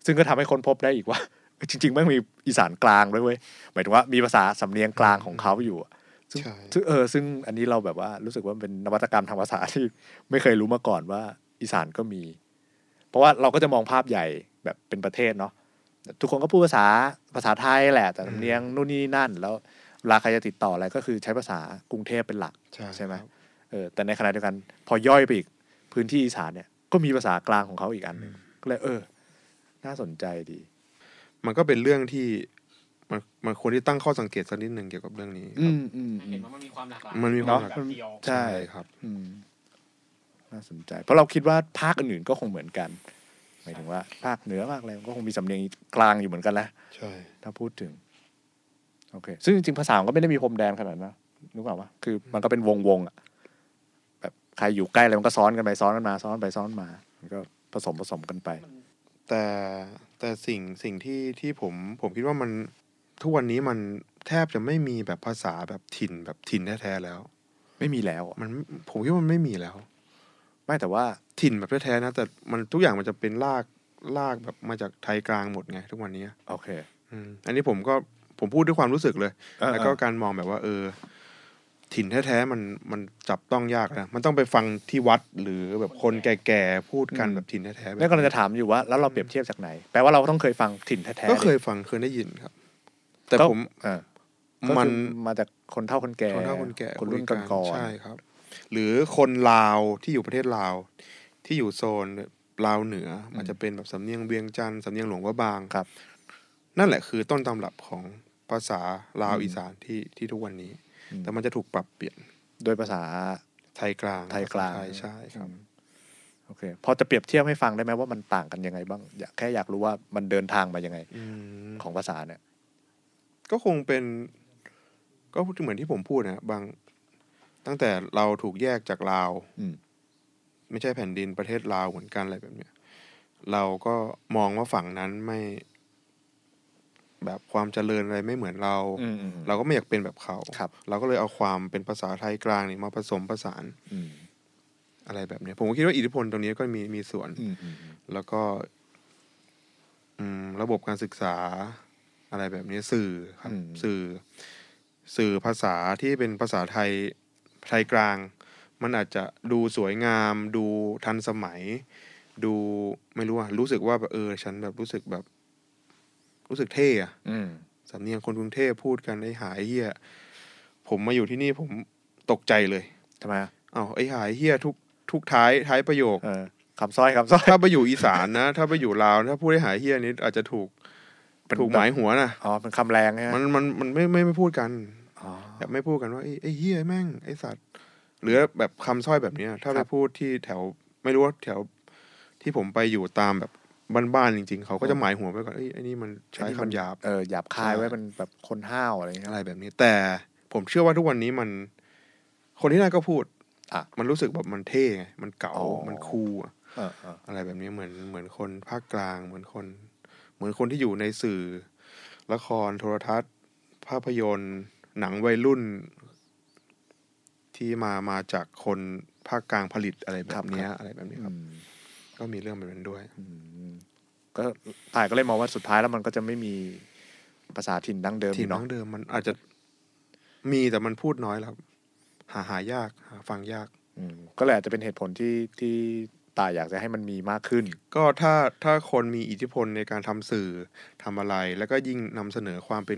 Speaker 3: ซึ่งก็ทำให้คนพบได้อีกว่า จริงๆแม่งมีอีสานกลางด้วยเว้ย หมายถึงว่ามีภาษาสำเนียงกลางของเขาอยู่อะซึ่ง
Speaker 5: ใช่
Speaker 3: ซึ่งเออ ซึ่งอันนี้เราแบบว่ารู้สึกว่ามันเป็นนวัตกรรมทางภาษาที่ไม่เคยรู้มาก่อนว่าอีสานก็มี เพราะว่าเราก็จะมองภาพใหญ่แบบเป็นประเทศเนาะ ทุกคนก็พูดภาษาภาษาไทยแหละ แต่สำเนียงนู่นนี่นั่น แล้วเวลาใครจะติดต่ออะไรก็คือใช้ภาษากรุงเทพเป็นหลัก ใช่ไหม
Speaker 5: ครับ
Speaker 3: เออแต่ในขณะเดียวกัน พอย่อยไปอีกพื้นที่อีสานเนี่ยก็มีภาษากลางของเขาอีกอันหนึ่งก็เลยเออ น่าสนใจดี
Speaker 5: มันก็เป็นเรื่องที่มันมันควรที่ตั้งข้อสังเกตสักนิดหนึ่งเกี่ยวกับเรื่องนี้ครับ
Speaker 3: อืมอืม
Speaker 1: ให้
Speaker 3: อื
Speaker 1: เห็น
Speaker 3: ม
Speaker 1: ว่ามันมีความหลากหลาย
Speaker 5: มันมีความหลากห
Speaker 1: แบ
Speaker 5: ลาย
Speaker 1: บเดียว
Speaker 3: ใช่
Speaker 5: ครับ
Speaker 3: อืมน่าสนใจ เพราะเราคิดว่าภาคอื่นๆก็คงเหมือนกันหมายถึงว่า ภาคเหนือภาคอะไรมันก็คงมีสำเนียงกลางอยู่เหมือนกันนะ
Speaker 5: ใช่
Speaker 3: ถ้าพูดถึงโอเค ซึ่งจริงๆภาษามันก็ไม่ได้มีพรมแดนขนาดนั้นนะรู้เปล่าวะคือ มันก็เป็นวงวงๆอะแบบใครอยู่ใกล้อะไรมันก็ซ้อนกันไปซ้อนกันมา ซ้อนไปซ้อนมา มันก็ผสมผสมกันไป
Speaker 1: มัน
Speaker 5: แต่แต่สิ่งสิ่งที่ที่ผมผมคิดว่ามันทุกวันนี้มันแทบจะไม่มีแบบภาษาแบบถิ่นแบบถิ่นแท้ๆแล้ว
Speaker 3: ไม่มีแล้วอะ
Speaker 5: มันผมคิดว่ามันไม่มีแล้ว
Speaker 3: ไม่แต่ว่า
Speaker 5: ถิ่นแบบแท้ๆนะ แต่มันทุกอย่างมันจะเป็นลากลากแบบมาจากไทยกลางหมดไง ทุกวันนี้
Speaker 3: โอเค
Speaker 5: อืมอันนี้ผมก็ผมพูดด้วยความรู้สึกเลย
Speaker 3: เออ
Speaker 5: แล้วก็
Speaker 3: เออ
Speaker 5: การมองแบบว่า เออ ถิ่นแท้ๆมันมันจับต้องยากนะมันต้องไปฟังที่วัดหรือแบบคนแก่ๆพูดกัน
Speaker 3: อืม
Speaker 5: แบบถิ่นแท้ๆแบบ
Speaker 3: เนี่ยกำลังจะถามอยู่ว่าแล้วเราเปรียบเทียบจากไหน แปลว่าเราก็ต้องเคยฟังถิ่นแท้ๆ
Speaker 5: ก็เคย
Speaker 3: ดิ
Speaker 5: ฟังเคยได้ยินครับ แต่
Speaker 3: ก็
Speaker 5: ผม
Speaker 3: เออ
Speaker 5: มั
Speaker 3: มัน นมาจากคนเท่าคนแก่
Speaker 5: คนเฒ่าคนแก่
Speaker 3: คนรุ่
Speaker 5: ย
Speaker 3: นก่อนก่อน
Speaker 5: ใช่ครับ หรือคนลาวที่อยู่ประเทศลาว ที่อยู่โซนลาวเหนืออาจจะเป็นแบบสำเนียงเวียงจันทร์สำเนียงหลวงว่าบาง
Speaker 3: ครับ
Speaker 5: นั่นแหละคือต้นตำรับของภาษาลาว
Speaker 3: อืม
Speaker 5: อีสานที่ที่ทุกวันนี้
Speaker 3: อืม
Speaker 5: แต่มันจะถูกปรับเปลี่ยน
Speaker 3: โดยภาษา
Speaker 5: ไทยกลาง
Speaker 3: ไทยกลาง
Speaker 5: ภษไทยใช่ครับ
Speaker 3: อืมโอเค พอจะเปรียบเทียบให้ฟังได้ไหมว่ามันต่างกันยังไงบ้างอยากแค่อยากรู้ว่ามันเดินทางมายังไง
Speaker 5: อืม
Speaker 3: ของภาษาเนี่ย
Speaker 5: ก็คงเป็น ก็เหมือนที่ผมพูดนะบางตั้งแต่เราถูกแยกจากลาว
Speaker 3: อืม
Speaker 5: ไม่ใช่แผ่นดินประเทศลาวเหมือนกันอะไรแบบเนี้ย เราก็มองว่าฝั่งนั้นไม่ แบบความเจริญอะไรไม่เหมือนเรา
Speaker 3: อืมอืมอืม
Speaker 5: เราก็ไม่อยากเป็นแบบเขา
Speaker 3: ครับ
Speaker 5: เราก็เลยเอาความเป็นภาษาไทยกลางนี่มาผสมผสาน
Speaker 3: อืม
Speaker 5: อะไรแบบเนี้ยผมก็คิดว่าอิทธิพลตรงนี้ก็มีมีส่วน
Speaker 3: อืมอืมอืม
Speaker 5: แล้วก็ อืม ระบบการศึกษา อะไรแบบนี้สื่อครับ สื่อ สื่อภาษาที่เป็นภาษาไทยไทยกลาง มันอาจจะดูสวยงาม ดูทันสมัย ดูไม่รู้อะรู้สึกว่าแบบเออ ฉันแบบรู้สึกแบบ รู้สึกเท่อะ
Speaker 3: อืม
Speaker 5: สำเนียงคนกรุงเทพพูดกันไอ้หายเฮียผมมาอยู่ที่นี่ผมตกใจเลย
Speaker 3: ทำไมอะ
Speaker 5: อ้าวไอ้หายเฮียทุกทุกท้ายท้ายประโยค
Speaker 3: เออ คำสร้อยคำสร้อย
Speaker 5: ถ้าไปอยู่อีสานนะ ถ้าไปอยู่ลาวถ้าพูดได้หายเฮี้ยนี้อาจจะถูก
Speaker 3: เป็น
Speaker 5: ถูกหมายหัวนะ
Speaker 3: อ๋อเป็นคำแรงใช่ไหม
Speaker 5: มันมันมันไม่ไม่ไม่พูดกัน
Speaker 3: อ๋อ
Speaker 5: แบบไม่พูดกันว่าไอ้ไอ้เฮียแม่งไอ้สัตว์หรือแบบคำสร้อยแบบเนี้ย ถ้าไป
Speaker 3: ครับ
Speaker 5: พูดที่แถวไม่รู้ว่าแถวที่ผมไปอยู่ตามแบบบ้านๆจริง ๆ เขาก็จะหมายหัวไปก่อนไอ้ยไอ้นี่มันใช้
Speaker 3: ไอ้นี่มั
Speaker 5: คำ
Speaker 3: น
Speaker 5: หยาบ
Speaker 3: เออหยาบคาย
Speaker 5: ใช่
Speaker 3: ไว้มันแบบคนห้าวอะไรอย่างเงี้ย
Speaker 5: อะไรแบบนี้ แต่ผมเชื่อว่าทุกวันนี้มัน คนที่นั่นก็พูด
Speaker 3: อ่ะ
Speaker 5: มันรู้สึกแบบมันเท่ไงมันเก๋า
Speaker 3: อ๋อ
Speaker 5: มันคูลอะ
Speaker 3: เออเออ
Speaker 5: อะไรแบบนี้เหมือนเหมือนคนภาคกลางเหมือนคน เหมือนคนที่อยู่ในสื่อ ละครโทรทัศน์ ภาพยนตร์ หนังวัยรุ่น ที่มามาจากคนภาคกลางผลิตอะไรแบบเนี้ยอะไรแบบนี้ครับ
Speaker 3: อืม
Speaker 5: ก็มีเรื่องแบบนั้นด้วย
Speaker 3: อืมก็ถ่ายก็เลยมองว่าสุดท้ายแล้วมันก็จะไม่มีภาษาถิ่นดั้งเดิม
Speaker 5: ทีม
Speaker 3: เนาะ
Speaker 5: น้องเดิมมันอาจจะมีแต่มันพูดน้อยแล้วครับ หาหายากหาฟังยาก
Speaker 3: อืมก็เลยอาจจะเป็นเหตุผลที่ที่ตายอยากจะให้มันมีมากขึ้น
Speaker 5: ก็ถ้าถ้าคนมีอิทธิพลในการทำสื่อทำอะไร แล้วก็ยิ่งนำเสนอความเป็น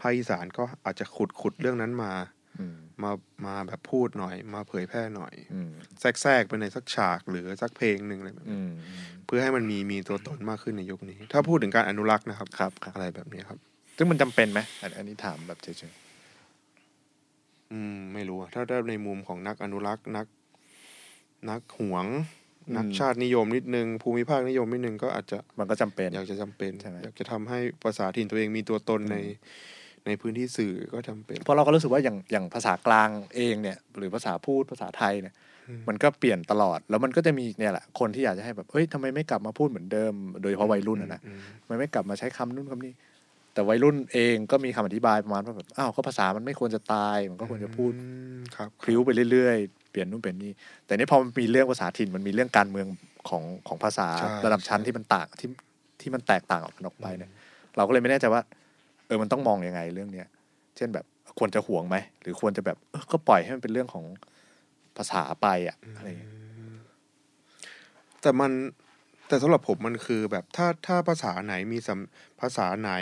Speaker 5: ภาคอีสานก็อาจจะขุดขุดเรื่องนั้นมา
Speaker 3: อืม
Speaker 5: มามาแบบพูดหน่อย มาเผยแพร่หน่อย
Speaker 3: อืม
Speaker 5: แทรกแทรกไปในสักฉากหรือสักเพลงหนึ่งอะไรแบบนี้
Speaker 3: อืม
Speaker 5: เพื่อให้มันมีมีตัวตนมากขึ้นในยุคนี้ ถ้าพูดถึงการอนุรักษ์นะครับ
Speaker 3: ครับครับ
Speaker 5: อะไรแบบนี้ครับ
Speaker 3: ซึ่งมันจำเป็นไหมอันอันนี้ถามแบบเฉย
Speaker 5: อืมไม่รู้อะถ้าถ้าในมุมของนักอนุรักษ์นัก นักหวง นักชาตินิยมนิดนึง ภูมิภาคนิยมนิดนึงก็อาจจะ
Speaker 3: ๆมันก็จำเป็น
Speaker 5: อยากจะจำเป็น
Speaker 3: ใช่ไหม
Speaker 5: อยากจะทำให้ภาษาถิ่นตัวเองมีตัวตนในในพื้นที่สื่อก็จำเป็น
Speaker 3: เพราะเราก็รู้สึกว่าอย่างอย่างภาษากลางเองเนี่ย หรือภาษาพูดภาษาไทยเนี่ย
Speaker 5: อืม
Speaker 3: มันก็เปลี่ยนตลอด แล้วมันก็จะมีเนี่ยแหละคนที่อยากจะให้แบบเฮ้ยทำไมไม่กลับมาพูดเหมือนเดิม โดยเฉพาะวัยรุ่นอะนะ
Speaker 5: อืม
Speaker 3: ทำไมันไม่กลับมาใช้คำนู่นคำนี้ แต่วัยรุ่นเองก็มีคำอธิบายประมาณว่าแบบอ้าวก็ภาษามันไม่ควรจะตาย มันก็ควรจะพูด
Speaker 5: อืมครับ
Speaker 3: พลิ้วไปเรื่อยๆเปลี่ยนนู่นเปลี่ยนนี่แต่นี่พอมันมีเรื่องภาษาถิ่นมันมีเรื่องการเมืองของของภาษา
Speaker 5: ใ
Speaker 3: ระดับชั้นที่มันต่างที่ที่มันแตกต่างออกกันออกไปเนี่ย เราก็เลยไม่แน่ใจว่า เออมันต้องมองยังไงเรื่องเนี้ย เช่นแบบควรจะห่วงไหม หรือควรจะแบบเออก็ปล่อยให้มันเป็นเรื่องของภาษาไปอ่ะอะไรอย่างเงี้ย
Speaker 5: แต่มันแต่สำหรับผมมันคือแบบถ้าถ้าภาษาไหนมีสำภาษาไหน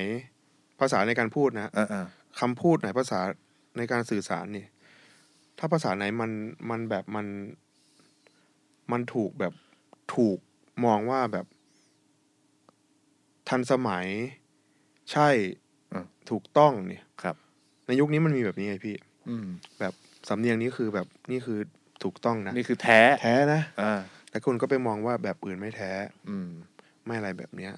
Speaker 5: ภาษาในการพูดนะ
Speaker 3: เออเออ
Speaker 5: คำพูดไหนภาษาในการสื่อสารเนี่ยถ้าภาษาไหนมันมันแบบมัน มันถูกแบบถูกมองว่าแบบ ทันสมัย ใช่ถูกต้องเนี่ย
Speaker 3: ครับ
Speaker 5: ในยุคนี้มันมีแบบนี้ไงพี่
Speaker 3: อืม
Speaker 5: แบบสำเนียงนี้คือแบบนี่คือถูกต้องนะ
Speaker 3: นี่คือแท้
Speaker 5: แท้นะ
Speaker 3: อ่า
Speaker 5: แล้วคุณก็ไปมองว่าแบบอื่นไม่แท้
Speaker 3: อืม
Speaker 5: ไม่อะไรแบบเนี้ย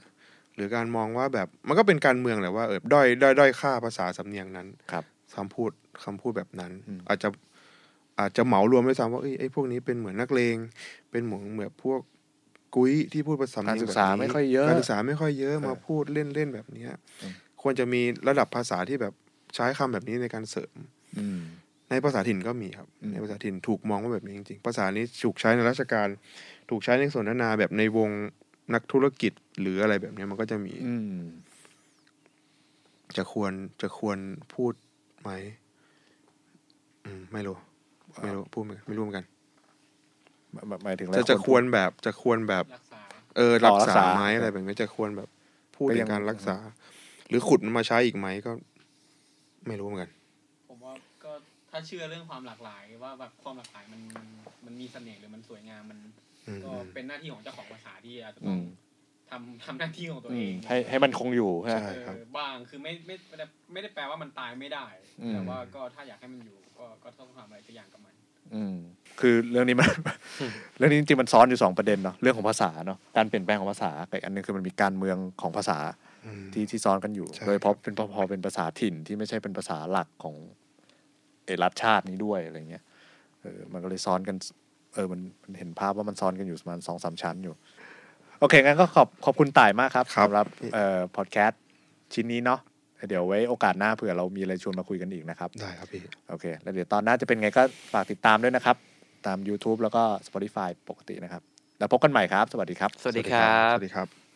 Speaker 5: หรือการมองว่าแบบมันก็เป็นการเมืองแหละว่าเออด้อยด้อยด้อยค่าภาษาสำเนียงนั้น
Speaker 3: ครับ
Speaker 5: คำพูดคำพูดแบบนั้น
Speaker 3: อืม
Speaker 5: อาจจะอาจจะเหมารวมด้วยซ้ำว่าเอ้ยไอ้พวกนี้เป็นเหมือนนักเลง เป็นเหมือนแบบพวกกุ้ยที่พูดภาษาสำ
Speaker 3: การ
Speaker 5: เนียง
Speaker 3: ศึก
Speaker 5: แบบ
Speaker 3: ษา
Speaker 5: นี้
Speaker 3: ไม่ค่อยเยอะ
Speaker 5: การศึกษาไม่ค่อยเยอะ
Speaker 3: เออ
Speaker 5: มาพูดเล่นเล่นๆแบบเนี้ย
Speaker 3: อืม
Speaker 5: ควรจะมีระดับภาษาที่แบบใช้คำแบบนี้ในการเสริม
Speaker 3: อืม
Speaker 5: ในภาษาถิ่นก็มีครับ
Speaker 3: อืม
Speaker 5: ในภาษาถิ่นถูกมองว่าแบบนี้จริงๆ ภาษานี้ถูกใช้ในราชการ ถูกใช้ในสนทนาแบบในวงนักธุรกิจหรืออะไรแบบเนี้ยมันก็จะมี
Speaker 3: อืม
Speaker 5: จะควรจะควรพูดไหมอืมไม่รู้ไม่รู้พูดไหมไม่รู้เหมือนกัน
Speaker 3: หมายหมายถึงอไร
Speaker 5: จะจะควรแบบจะควรแบบ
Speaker 1: รักษา
Speaker 5: เออ
Speaker 3: ต่
Speaker 5: รั
Speaker 3: อก รักษา
Speaker 5: ษาไหมอะไรแบบนี้จะควรแบบพูด
Speaker 3: ก็
Speaker 5: ใน
Speaker 3: ยัง
Speaker 5: การรักษา หรือขุดมันมาใช้อีกไหมก็ ไม่รู้เหมือนกัน
Speaker 1: ผมว่าก็ถ้าเชื่อเรื่องความหลากหลายว่าแบบความหลากหลายมันมันมันมีเสน่ห์หรือมันสวยงามมัน
Speaker 5: อืม
Speaker 1: ก็
Speaker 5: อืม
Speaker 1: เป็นหน้าที่ของเจ้าของภาษาที่อาจจะ
Speaker 3: อื
Speaker 1: ต้อง
Speaker 3: ม
Speaker 1: ทำทำหน้าที่ของตัว
Speaker 3: อื
Speaker 1: เอ
Speaker 3: ม
Speaker 1: ง
Speaker 3: ให้ให้มันคงอยู่ใช่ไหม
Speaker 5: ใช่
Speaker 1: เออ
Speaker 5: ครับ
Speaker 1: บ้างคือไม่ไม่ไม่ได้ไม่ได้แปลว่ามันตายไม่ได้
Speaker 3: อืม
Speaker 1: แต่ว่าก็ถ้าอยากให้มันอยู่ ก็ก็ต้องทำอะไรสักอย่างกับมัน
Speaker 3: อืมคือเรื่องนี้มัน เรื่องนี้จริงๆมันซ้อนอยู่สองประเด็นเนาะเรื่องของภาษาเนาะการเปลี่ยนแปลงของภาษากับอีกอันหนึงคือมันมีการเมืองของภาษา
Speaker 5: อืม
Speaker 3: ที่ที่ซ้อนกันอยู่
Speaker 5: ใช่
Speaker 3: โดยเฉพาะเป็นพอพอเป็นภาษาถิ่นที่ไม่ใช่เป็นภาษาหลักของเอกรัฐชาตินี้ด้วยอะไรเงี้ยเออมันก็เลยซ้อนกัน เออมันมันเห็นภาพว่ามันซ้อนกันอยู่ประมาณสองสามชั้นอยู่ โอเค งั้นก็ขอบขอบคุณต่ายมากครับ
Speaker 5: ครับ
Speaker 3: สำหรับเอ่อพอดแคสต์ชิ้นนี้เนาะเดี๋ยวไว้โอกาสหน้าเผื่อเรามีอะไรชวนมาคุยกันอีกนะครับ
Speaker 5: ได้ครับพี่
Speaker 3: โอเค แล้วเดี๋ยวตอนหน้าจะเป็นไงก็ฝากติดตามด้วยนะครับ ตาม YouTube แล้วก็ Spotify ปกตินะครับ แล้วพบกันใหม่ครับ สวัสดีครับ
Speaker 4: สวัสดีครับ
Speaker 5: สวัสดีครับ